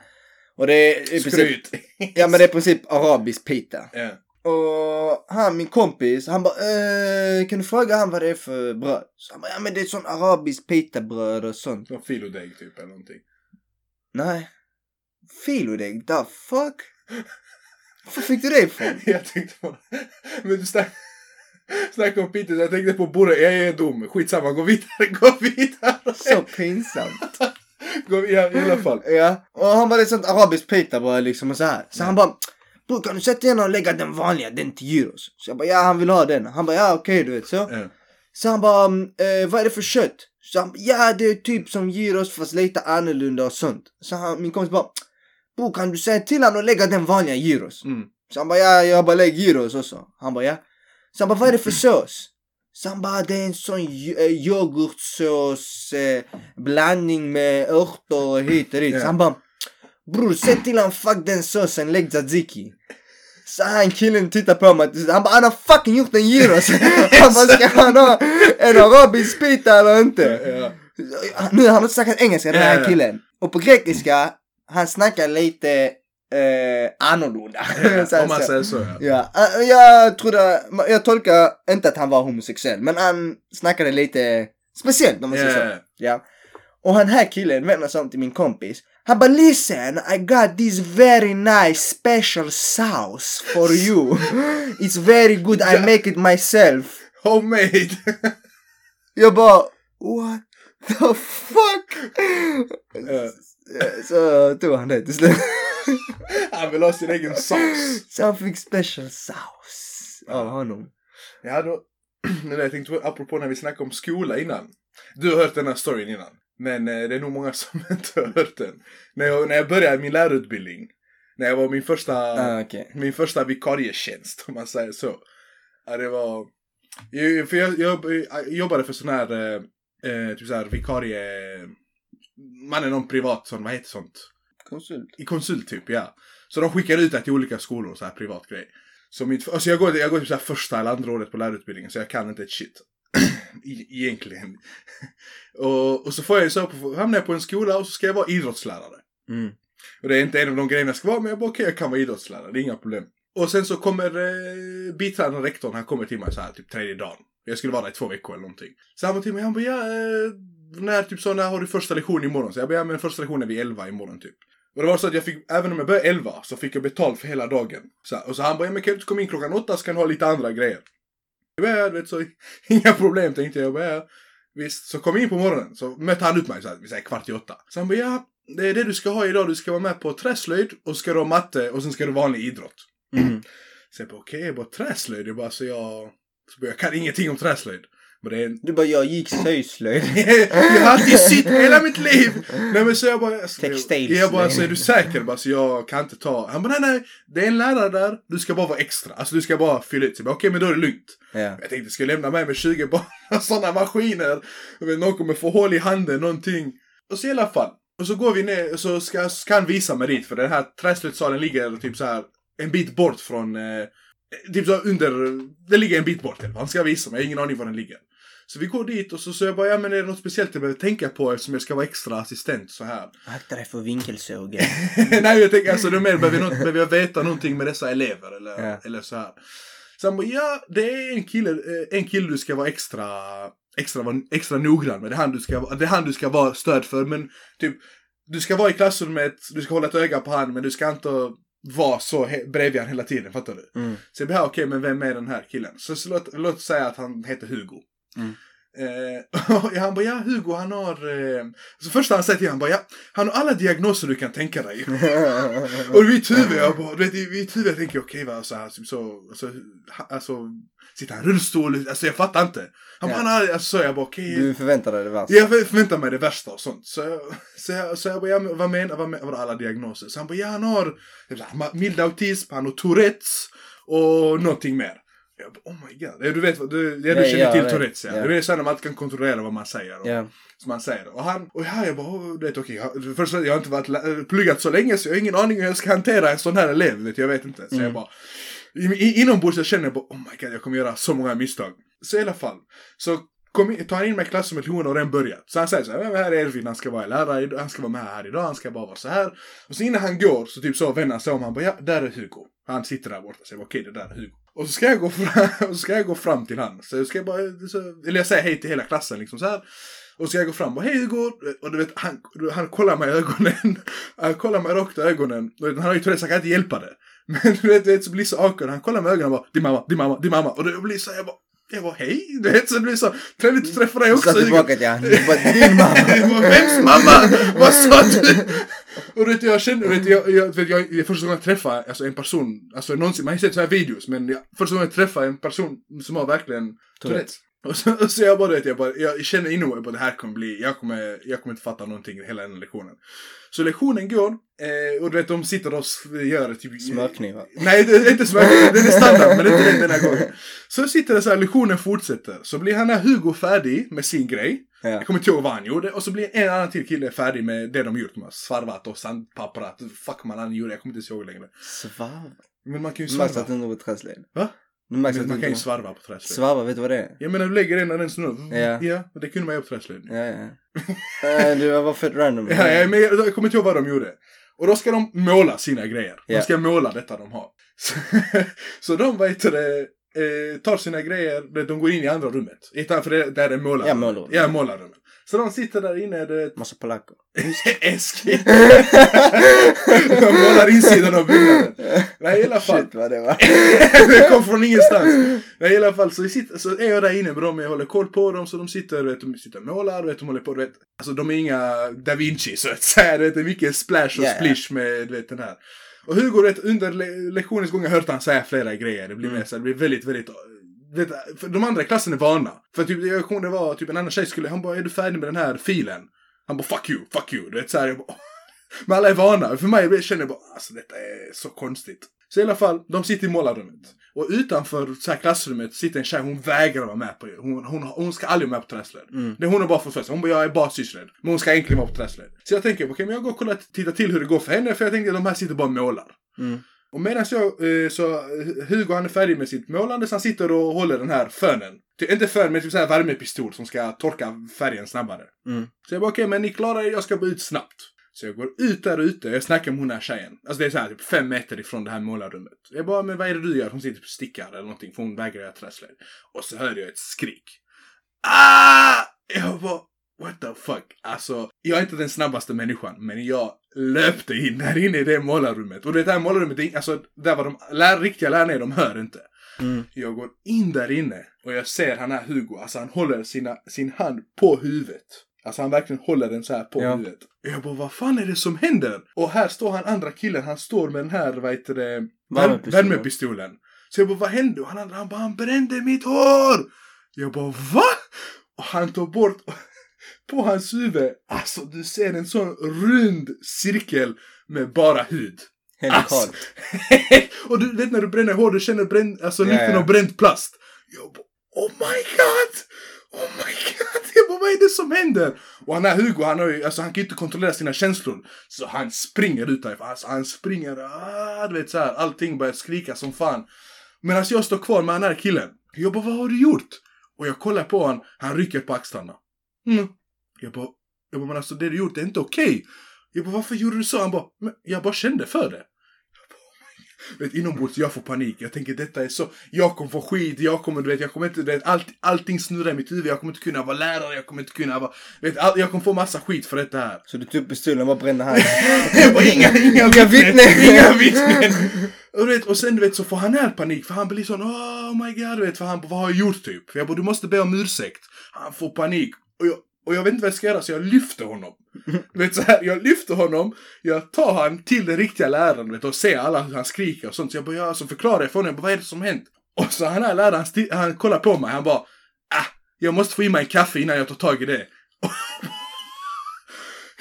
Speaker 2: Och det är i princip,
Speaker 3: Skryt.
Speaker 2: ja men det är i princip arabisk pita.
Speaker 3: Ja.
Speaker 2: Och han, min kompis, han bara eh, kan du fråga han vad det är för bröd? Så han bara, ja men det är sån arabisk pitabröd och sånt.
Speaker 3: Någon filodeg typ eller någonting. (laughs)
Speaker 2: Nej. Filodeg, the fuck? Var fick du det ifrån?
Speaker 3: Jag tänkte bara... Men du snack... snackade om Peter, jag tänkte på Borre, jag är dum, skitsamma, gå vidare, gå vidare.
Speaker 2: Så pinsamt.
Speaker 3: Gå, vi- ja, I alla fall.
Speaker 2: Ja, och han bara det är sånt arabiskt pitabröd liksom och så här. Så han bara Bror kan du sätta igen och lägga den vanliga, den till gyros? Så jag bara ja han vill ha den. Han bara ja okej du vet så.
Speaker 3: Ja.
Speaker 2: Så han bara "Mm, eh, vad är det för kött? Så han bara, ja det är typ som gyros fast lite annorlunda och sånt. Så han, min kompis bara Bror kan du säga till honom att lägga den vanliga gyros?
Speaker 3: Mm.
Speaker 2: Så han bara ja jag bara lägger gyros också. Han bara ja. Så han bara vad är det för sås? Så han bara det är en sån yo- eh, yoghurtsås eh, blandning med örter och hit och dit.
Speaker 3: Ja.
Speaker 2: Så han bara bror säg till han fuck den såsen lägg tzatziki. Så han killen tittar på mig, han bara han har fucking gjort en gyros. han bara ska han ha en arabisk pita eller inte?
Speaker 3: Ja.
Speaker 2: Nu har han inte snackat engelska den
Speaker 3: Ja,
Speaker 2: här
Speaker 3: ja.
Speaker 2: killen. Och på grekiska, han snackar lite eh, annorlunda. (laughs) Så
Speaker 3: Ja,
Speaker 2: här,
Speaker 3: Om man
Speaker 2: så.
Speaker 3: säger så ja.
Speaker 2: Ja, eh, jag trodde, jag tolkar inte att han var homosexuell, men han snackade lite speciellt om man säger så.
Speaker 3: Ja.
Speaker 2: Ja. Och han här killen vänder sig om till min kompis. Han bara listen, I got this very nice special sauce for
Speaker 3: (laughs)
Speaker 2: you. It's very good, I make it myself.
Speaker 3: Homemade!
Speaker 2: Jag bara, what the fuck?
Speaker 3: Ja.
Speaker 2: Eh, Så tog han det till slut.
Speaker 3: Han vill ha sin egen sås.
Speaker 2: (laughs) Så han fick special sauce av honom.
Speaker 3: Ja, då... (clears throat) Det där jag tänkte på, apropå när vi snackade om skola innan. Du har hört den här storyn innan. Men eh, det är nog många (laughs) som inte har hört den. När jag, när jag började min lärarutbildning. När jag var min första...
Speaker 2: Ah, Okej.
Speaker 3: min första vikarietjänst om man säger så. Ja, det var... Jag, för jag, jag, jag jobbade för sån här, eh, eh, typ så här vikarie... Man är någon privat sån, vad heter sånt?
Speaker 2: Konsult.
Speaker 3: I konsult typ, ja. Så de skickar ut det till olika skolor, så här privat grej. Så mitt, alltså jag går, jag går typ så här första eller andra året på lärarutbildningen så jag kan inte ett shit. (clears throat) E- Egentligen. (laughs) och, och så får jag ju så, på- hamnar jag på en skola och så ska jag vara idrottslärare.
Speaker 2: Mm.
Speaker 3: Och det är inte en av de grejerna jag ska vara, men jag bara okej, jag kan vara idrottslärare, det är inga problem. Och sen så kommer eh, biträdande rektorn, han kommer till mig så här typ tredje dagen. Jag skulle vara där i två veckor eller någonting. Så han var till mig, han bara ja, eh, när typ så, när har du första lektion imorgon? Så jag bara ja, men första lektionen är vid elva imorgon typ. Och det var så att jag fick, även om jag började elva, så fick jag betalt för hela dagen. Så, här, och så han bara, ja, men kan du inte komma in klockan åtta så kan du ha lite andra grejer. Jag bara, ja, du vet så, (laughs) inga problem tänkte jag. jag bara, ja. Visst, så kom jag in på morgonen så mötte han upp mig så här, vi säger kvart i åtta. Så han bara, ja, det är det du ska ha idag. Du ska vara med på träslöjd och ska du ha matte och sen ska du ha vanlig idrott.
Speaker 2: Mm.
Speaker 3: Så jag bara, okej, jag bara träslöjd. Jag bara, så jag... Så bara, jag kan ingenting om träslöjd. Men det är en... (laughs)
Speaker 2: Du bara, jag gick slöjdslöjd.
Speaker 3: jag har alltid sytt hela mitt liv! Nej men så jag bara... Så jag,
Speaker 2: Textilslöjd.
Speaker 3: jag bara, så är du säker? Bara, så jag kan inte ta... Han bara, nej nej, det är en lärare där. Du ska bara vara extra. Alltså du ska bara fylla ut. Så jag bara, okej men då är det lugnt.
Speaker 2: Ja.
Speaker 3: Jag tänkte jag skulle lämna med mig 20 barn sådana maskiner. Jag vet, någon kommer få hål i handen, någonting. Och så i alla fall. Och så går vi ner och så ska, ska han visa mig dit. För den här träslöjdssalen ligger typ så här en bit bort från... Eh, typ så här under... Den ligger en bit bort. eller vad. Han ska visa mig. Jag har ingen aning var den ligger. Så vi går dit och så säger jag bara, ja men är det något speciellt jag behöver tänka på eftersom jag ska vara extra assistent så här?
Speaker 2: Akta dig för vinkelsågen.
Speaker 3: (laughs) Nej jag tänker alltså det är mer, behöver, jag något, behöver jag veta någonting med dessa elever eller,
Speaker 2: Ja.
Speaker 3: eller så här. Så han bara, ja det är en kille, eh, en kille du ska vara extra, extra, vara extra noggrann med. Det är, han du ska, det är han du ska vara stöd för. Men typ, du ska vara i klassrummet, du ska hålla ett öga på han men du ska inte vara så he- bredvid han hela tiden, fattar
Speaker 2: (laughs)
Speaker 3: du?
Speaker 2: Mm.
Speaker 3: Så jag bara, okej men vem är den här killen? Så, så låt, låt säga att han heter Hugo.
Speaker 2: Mm.
Speaker 3: Eh, (laughs) och han bara, ja Hugo han har... Eh... Så första han säger till honom, han bara, ja, han har alla diagnoser du kan tänka dig. Och i mitt huvud, jag bara, du vet, i mitt huvud jag tänker jag, okej va, så här, typ så, så, ha- alltså, sitter han i rullstol, alltså jag fattar inte. Han bara,
Speaker 2: Ja.
Speaker 3: han har, alltså, jag bara, okej.
Speaker 2: du förväntade dig det värsta.
Speaker 3: Jag för- förväntar mig det värsta och sånt. Så, jag- så, jag, så jag bara, ja, men vad menar, vad menar, vadå alla diagnoser? Så han bara, ja han har jag bara, han har mild autism, han har Tourettes och någonting mer. Jag bara, oh my god. Ja, Du vet, vad- du, ja, du
Speaker 2: Ja,
Speaker 3: känner
Speaker 2: ja,
Speaker 3: till
Speaker 2: jag
Speaker 3: Tourettes ja.
Speaker 2: vet. Ja.
Speaker 3: Det är så här när man inte kan kontrollera vad man säger. Och,
Speaker 2: Ja.
Speaker 3: Som man säger. Och han, och här jag bara, oh, du vet okej, jag- först jag har inte varit, lä- eh, pluggat så länge så jag har ingen aning hur jag ska hantera en sån här elev. Vet, jag vet inte. Så jag
Speaker 2: Mm.
Speaker 3: bara, i- i- inombords jag känner jag bara, oh my god, jag kommer göra så många misstag. Så i alla fall. Så kom in, tar han in mig i klassrummet, hon har redan börjat. Så han säger så här, "Ja, här är Elvin, han ska vara lärare, idag, han ska vara med här idag, han ska bara vara så här. Och så innan han går så typ så vänder han sig om, han bara, ja, där är Hugo. Han sitter där borta, så jag bara, okej, det där är Hugo. Och så ska jag gå fram, (laughs) och så ska jag gå fram till han. Så ska jag bara, så, eller jag säger hej till hela klassen liksom så här. Och så ska jag gå fram och bara, hej Hugo! Och du vet, han, han kollar mig i ögonen. (laughs) Han kollar mig rakt i ögonen. Du vet, Han har ju Tourettes, han kan inte hjälpa det. (laughs) Men du vet, du vet så blir det så awkward. Han kollar mig i ögonen och bara, din mamma, din mamma, din mamma. Och det blir så, jag bara, jag bara, hej! Du vet, så det blir så, trevligt att träffa dig
Speaker 2: Du
Speaker 3: också
Speaker 2: sa
Speaker 3: Hugo.
Speaker 2: tillbaka till honom. Du bara, din mamma.
Speaker 3: (laughs) Det var Vems mamma? Vad sa du? Och du vet, jag känner, du vet, jag, jag, du vet, jag, det är första gången jag träffar alltså, en person, alltså någonsin, man har ju sett så här videos, men jag, första gången jag träffar en person som har verkligen Tourettes. Och så, och så jag bara, du vet, jag, bara, jag känner inom mig på det här kommer bli, jag kommer, jag kommer inte fatta någonting i hela den här lektionen. Så lektionen går, eh, och du vet, de sitter och s- gör typ...
Speaker 2: Smörknivar.
Speaker 3: Nej, det är inte smärtsamt. Den är standard, men inte den den här gången. Så sitter det så här, lektionen fortsätter. Så blir han här Hugo färdig med sin grej.
Speaker 2: Ja.
Speaker 3: Jag kommer inte ihåg vad han gjorde. Och så blir en annan till kille färdig med det de gjort. De har svarvat och sandpapprat. Fuck man han gjorde, jag kommer inte ens ihåg längre.
Speaker 2: Svarv.
Speaker 3: Men man kan ju
Speaker 2: Du märks
Speaker 3: svarva.
Speaker 2: att du inte var på träslöjd.
Speaker 3: Va?
Speaker 2: Du märks
Speaker 3: Men
Speaker 2: att
Speaker 3: man
Speaker 2: du
Speaker 3: kan ju
Speaker 2: inte
Speaker 3: svarva på träslöjd.
Speaker 2: Svarva, vet du vad det
Speaker 3: (laughs)
Speaker 2: är?
Speaker 3: Jag menar, du lägger den när den snurrar.
Speaker 2: Ja.
Speaker 3: Ja, och det kunde man göra på träslöjd.
Speaker 2: Ja, ja. Eh, Du var fett random.
Speaker 3: Ja, ja, men jag, jag kommer inte ihåg vad de gjorde. Och då ska de måla sina grejer.
Speaker 2: Ja.
Speaker 3: De ska måla detta de har. (laughs) Så, så de vet du det, eh, tar sina grejer, de- de går in i andra rummet. I ett annat- För det, där är målarrummet.
Speaker 2: Ja, målarrummet.
Speaker 3: Ja, målarrummet. Så de sitter där inne, det
Speaker 2: Massa polacker.
Speaker 3: (laughs) Eski. de målar insidan av byggnaden. (laughs) Nej, i alla fall.
Speaker 2: Shit vad det
Speaker 3: (laughs)
Speaker 2: var.
Speaker 3: det kom från ingenstans. Nej, i alla fall så, sitter, så är jag där inne med dem, jag håller koll på dem, så de sitter, du vet, de sitter och målar, du vet, de håller på, du vet. Alltså de är inga da Vinci, så att säga, du vet, det är mycket splash och
Speaker 2: Ja, ja.
Speaker 3: splish med, du vet, den här. Och Hugo, du vet, under le- lektionens gång har jag hört han säga flera grejer, det blir
Speaker 2: Mm.
Speaker 3: mer så här, det blir väldigt, väldigt du Vet, för de andra i klassen är vana. För typ, jag kommer det var typ en annan tjej skulle, han bara är du färdig med den här filen? Han bara fuck you, fuck you. Du vet såhär, jag bara, men alla är vana. För mig jag känner jag bara, alltså detta är så konstigt. Så i alla fall, de sitter i målarrummet. Och utanför så här klassrummet sitter en tjej, hon vägrar vara med på det. Hon, hon, hon ska aldrig vara med på träslöjd.
Speaker 2: Mm.
Speaker 3: Det hon har bara fått för sig. Hon bara, jag är bara sysslöjd. Men hon ska egentligen vara på träslöjd. Så jag tänker, okej men jag går och kollar, tittar till hur det går för henne. För jag tänker, de här sitter bara och målar.
Speaker 2: Mm.
Speaker 3: Och medan jag, eh, så eh, Hugo han är färdig med sitt målande så han sitter och håller den här fönen. Ty, inte fön, men typ så här värmepistol som ska torka färgen snabbare.
Speaker 2: Mm.
Speaker 3: Så jag bara, okej men ni klarar er, jag ska bara ut snabbt. Så jag går ut där ute, jag snackar med hon här tjejen. Alltså det är så här typ fem meter ifrån det här målarrummet. Jag bara, men vad är det du gör? Hon sitter på stickar eller någonting för hon vägrar göra träslöjd. Och så hör jag ett skrik. Ah! Jag bara, what the fuck. Alltså, jag är inte den snabbaste människan, men jag löpte in där inne i det målarrummet. Och det där målarrummet, det är- alltså, där var de lär, riktiga lärarna, är, de hör inte.
Speaker 2: Mm.
Speaker 3: Jag går in där inne och jag ser han här Hugo, alltså han håller sina, sin hand på huvudet. Alltså han verkligen håller den så här på
Speaker 2: Ja.
Speaker 3: huvudet. Och jag bara, vad fan är det som händer? Och här står han andra killen, han står med den här, vad heter det, värmepistolen.
Speaker 2: Värmepistolen.
Speaker 3: värmepistolen. Så jag bara, vad hände? Och han andra, han bara, han brände mitt hår! Jag bara, va? Och han tar bort, (laughs) på hans huvud, alltså du ser en sån rund cirkel med bara hud.
Speaker 2: Helt
Speaker 3: Alltså.
Speaker 2: kallt.
Speaker 3: (laughs) och du vet när du bränner hår, du känner bränn, alltså
Speaker 2: Ja,
Speaker 3: lukten
Speaker 2: ja.
Speaker 3: av bränd plast. Jag bara, oh my god! Oh my god! (laughs) Jag bara, vad är det som händer? Och han här Hugo, han, har ju, alltså, han kan ju inte kontrollera sina känslor. Så han springer ut därifrån. Alltså, han springer, ah, du vet så här, allting börjar skrika som fan. Medan alltså, jag står kvar med den här killen. Jag bara, vad har du gjort? Och jag kollar på honom, han rycker på axlarna. Mm. Jag bara, jag bara, men alltså det du gjort är inte okej. Jag bara, varför gjorde du så? Han bara, men jag bara kände för det. Vet, inombords, jag får panik. Jag tänker detta är så. Jag kommer få skit, jag kommer, du vet, jag kommer inte, du vet, allt, allting snurrar i mitt huvud. Jag kommer inte kunna vara lärare, jag kommer inte kunna vara, vet, all, jag kommer få massa skit för detta här.
Speaker 2: Så du tog upp pistolen och bara brände handen.
Speaker 3: (laughs) Jag bara, inga, inga,
Speaker 2: Inga vittnen.
Speaker 3: Inga vittnen. (laughs) Och, du vet, och sen du vet så får han här panik för han blir sån oh my god du vet för han bara, vad har jag gjort typ? För jag bara du måste be om ursäkt. Han får panik. Och jag, och jag vet inte vad jag ska göra så jag lyfter honom. Du vet så här, jag lyfter honom, jag tar han till den riktiga läraren du vet, och ser alla hur han skriker och sånt. Så jag bara, ja, så förklarar jag för honom, jag bara, vad är det som hänt? Och så han här läraren, han, sti- han kollar på mig, han bara, ah, jag måste få i mig en kaffe innan jag tar tag i det. (laughs)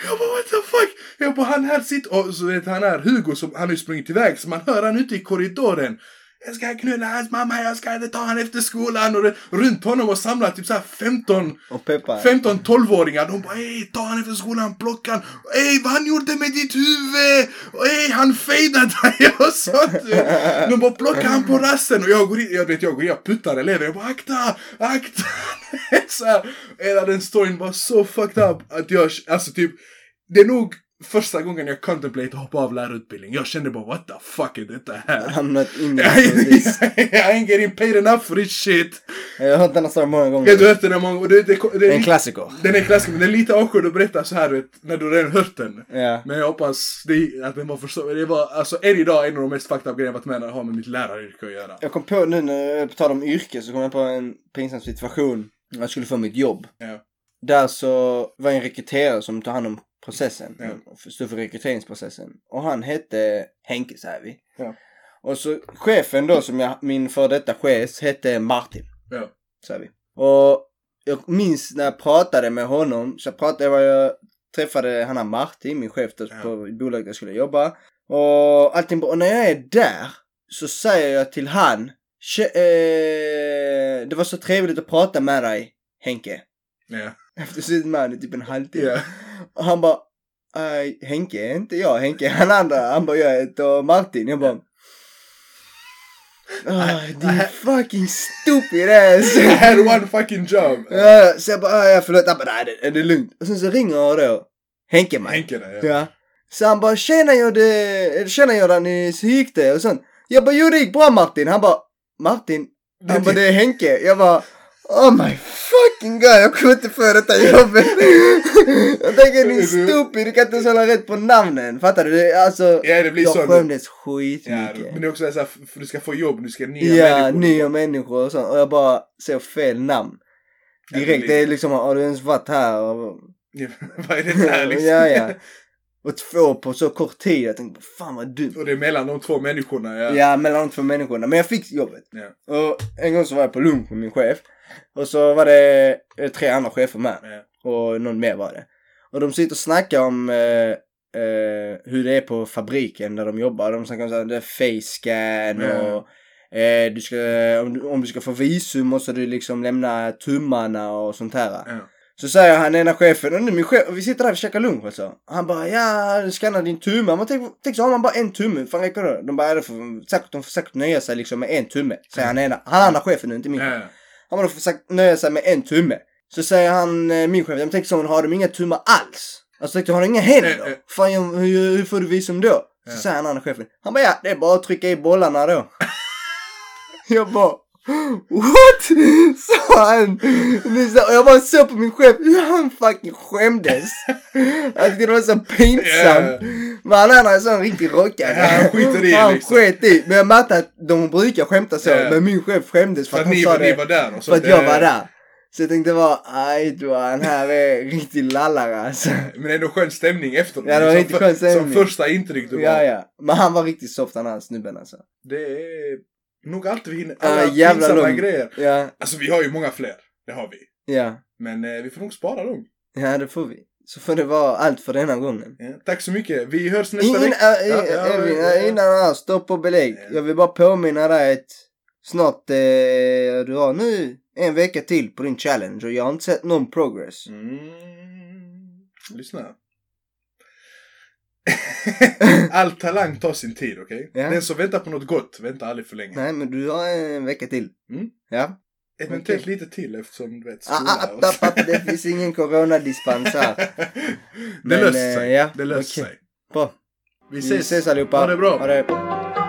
Speaker 3: Jag bara what the fuck! Jag bara han här sitter och så vet han här Hugo som han har ju sprungit iväg så man hör han ute i korridoren. Jag ska knulla hans mamma, jag ska ta han efter skolan och det, runt honom och samlar typ såhär 15
Speaker 2: Och peppar.
Speaker 3: 15-12-åringar. De bara ey ta han efter skolan, plocka han. Ey vad han gjorde med ditt huvud! Ey han fejdade dig (laughs) och sånt. De bara plocka han på rasten och jag går in, jag vet jag går in, jag puttar elever. Jag bara akta, akta. (laughs) så här. Hela den storyn var så fucked up att jag, alltså typ, det är nog första gången jag contemplate hoppa av lärarutbildning. Jag kände bara what the fuck är detta här?
Speaker 2: I'm not in
Speaker 3: (laughs) I
Speaker 2: this.
Speaker 3: ain't getting paid enough for this shit.
Speaker 2: Jag har hört denna story många
Speaker 3: Jag
Speaker 2: gånger.
Speaker 3: har hört den här många och det, det, det,
Speaker 2: Det är en klassiker.
Speaker 3: den är klassisk, men den är lite awkward att berätta så här du vet, när du redan hört den.
Speaker 2: Ja.
Speaker 3: Men jag hoppas det, att den var förstå. Det var alltså än idag en av de mest fucked up grejerna jag varit med om har med mitt läraryrke att göra.
Speaker 2: Jag kom på nu när jag på tal om yrke så kom jag på en pinsam situation. när Jag skulle få mitt jobb.
Speaker 3: Ja.
Speaker 2: Där så var en rekryterare som tog hand om processen.
Speaker 3: Ja.
Speaker 2: och Stod för rekryteringsprocessen. Och han hette Henke säger vi.
Speaker 3: Ja.
Speaker 2: Och så chefen då som jag, min före detta chef hette Martin.
Speaker 3: Ja.
Speaker 2: Säger vi. Och jag minns när jag pratade med honom. Så jag pratade, jag, var, jag träffade han här Martin, min chef där
Speaker 3: Ja.
Speaker 2: på bolaget där jag skulle jobba. Och allting bra. Och när jag är där så säger jag till han. "Tje- Eh, det var så trevligt att prata med dig Henke. (laughs)
Speaker 3: Ja.
Speaker 2: Efter sitt man i typ en halvtimme.
Speaker 3: Ja.
Speaker 2: Och han bara, "Aj, Henke är inte jag, Henke är han andra. Han bara, jag heter Martin. Jag bara, "Aj, din fucking stupid ass.
Speaker 3: (laughs) I (laughs) had one fucking job.
Speaker 2: Ja, så jag bara, "Ah, ja förlåt, jag bara, nej det, det är lugnt. Och sen så ringer jag då, Henke mig.
Speaker 3: Henke där ja.
Speaker 2: Ja. Så han bara, tjena Jodde, tjena Jordan, hur gick det? Och sånt. Jag bara, jo det gick bra Martin. Han bara, Martin? Han
Speaker 3: typ-
Speaker 2: bara, det är Henke. Jag bara, oh my fucking god, jag kommer inte få detta jobbet. (laughs) jag tänker din stupid, du kan inte ens hålla rätt på namnen. Fattar du? Det är Alltså,
Speaker 3: Ja det blir
Speaker 2: jag
Speaker 3: så.
Speaker 2: skämdes
Speaker 3: Ja,
Speaker 2: skitmycket.
Speaker 3: men det är också så här, för du ska få jobb, du ska nya
Speaker 2: Ja,
Speaker 3: människor. liksom.
Speaker 2: nya människor och sånt. Och jag bara ser fel namn.
Speaker 3: Ja, det
Speaker 2: Direkt,
Speaker 3: blir-
Speaker 2: det är liksom, har du ens varit
Speaker 3: (laughs)
Speaker 2: här? Och,
Speaker 3: Ja, Vad är det här liksom?
Speaker 2: ja, ja. Och två på så kort tid. Jag tänkte, fan vad dumt.
Speaker 3: Och det är mellan de två människorna ja.
Speaker 2: Ja, mellan de två människorna. Men jag fick jobbet.
Speaker 3: Ja.
Speaker 2: Och en gång så var jag på lunch med min chef. Och så var det eh, tre andra chefer med.
Speaker 3: Ja.
Speaker 2: Och någon mer var det. Och de sitter och snackar om eh, eh, hur det är på fabriken där de jobbar. De snackar om så här, det är face scan
Speaker 3: Ja.
Speaker 2: och eh, du ska, om, du, om du ska få visum måste du liksom lämna tummarna och sånt här.
Speaker 3: Ja.
Speaker 2: Så säger han ena chefen, och nu min chef, och vi sitter där och käkar lunch alltså. Han bara, ja, du skannar din tumme. Man tänk, tänk så har man bara en tumme, hur fan räcker det? De bara, ja, det får, säkert, de får säkert nöja sig liksom med en tumme. Säger han ena, han andra chefen nu, inte min.
Speaker 3: Ja.
Speaker 2: Han bara, de får säkert nöja sig med en tumme. Så säger han, eh, min chef, jag tänk så har de inga tummar alls? Alltså tänkte, har de inga
Speaker 3: Eh, eh.
Speaker 2: händer? Fan, jag- hur, hur får du visum då? Så
Speaker 3: Ja.
Speaker 2: säger han andra chefen, han bara, ja, det är bara att trycka i bollarna då. (laughs) jag bara, What? (laughs) Sa han. Det är så- Och jag bara såg på min chef hur han fucking
Speaker 3: (laughs)
Speaker 2: skämdes. Jag tyckte det var så pinsamt.
Speaker 3: Ja.
Speaker 2: Men han andra är så en riktig rockare.
Speaker 3: Ja, han skiter i
Speaker 2: Han
Speaker 3: liksom.
Speaker 2: sket i. Men jag märkte att de brukar skämta så.
Speaker 3: Ja.
Speaker 2: Men min chef skämdes för att
Speaker 3: För att
Speaker 2: han
Speaker 3: ni,
Speaker 2: sa
Speaker 3: ni
Speaker 2: det.
Speaker 3: var där och så.
Speaker 2: För att
Speaker 3: det-
Speaker 2: jag var där. Så jag tänkte bara, aj du han här är riktig lallare alltså.
Speaker 3: Men ändå skön stämning efteråt.
Speaker 2: Ja, det var
Speaker 3: Som
Speaker 2: riktigt
Speaker 3: för-
Speaker 2: skön stämning.
Speaker 3: Som första intryck du var.
Speaker 2: Ja, ja. Men han var riktigt soft den här snubben alltså.
Speaker 3: Det är nog allt vi hinner.
Speaker 2: Ja,
Speaker 3: Alla
Speaker 2: jävla
Speaker 3: pinsamma
Speaker 2: lång.
Speaker 3: grejer.
Speaker 2: Ja,
Speaker 3: Alltså vi har ju många fler. Det har vi.
Speaker 2: ja.
Speaker 3: Men eh, vi får nog spara dem.
Speaker 2: Ja, det får vi. Så får det vara allt för denna gången.
Speaker 3: Ja. Eh, Tack så mycket. Vi hörs nästa
Speaker 2: Innan,
Speaker 3: vecka.
Speaker 2: äh,
Speaker 3: Ja, ja,
Speaker 2: Edvin,
Speaker 3: ja,
Speaker 2: äh,
Speaker 3: ja.
Speaker 2: innan här, stopp och belägg.
Speaker 3: Ja.
Speaker 2: Jag vill bara påminna dig att snart, eh, du har nu en vecka till på din challenge och jag har inte sett någon progress.
Speaker 3: Mm. Lyssna. (laughs) All talang tar sin tid, okej?
Speaker 2: Ja.
Speaker 3: Den som väntar på något gott väntar aldrig för länge.
Speaker 2: Nej, men du har en vecka till.
Speaker 3: Mm.
Speaker 2: Ja.
Speaker 3: Eventuellt lite till eftersom du vet,
Speaker 2: Ah,
Speaker 3: skola
Speaker 2: ah, app, app, app, det finns
Speaker 3: (laughs)
Speaker 2: ingen coronadispens här.
Speaker 3: Det
Speaker 2: Men,
Speaker 3: löser sig.
Speaker 2: eh, ja,
Speaker 3: Det löser
Speaker 2: okej.
Speaker 3: sig.
Speaker 2: Bra.
Speaker 3: Vi
Speaker 2: Vi
Speaker 3: ses.
Speaker 2: ses allihopa.
Speaker 3: Ha det bra.
Speaker 2: Ha det.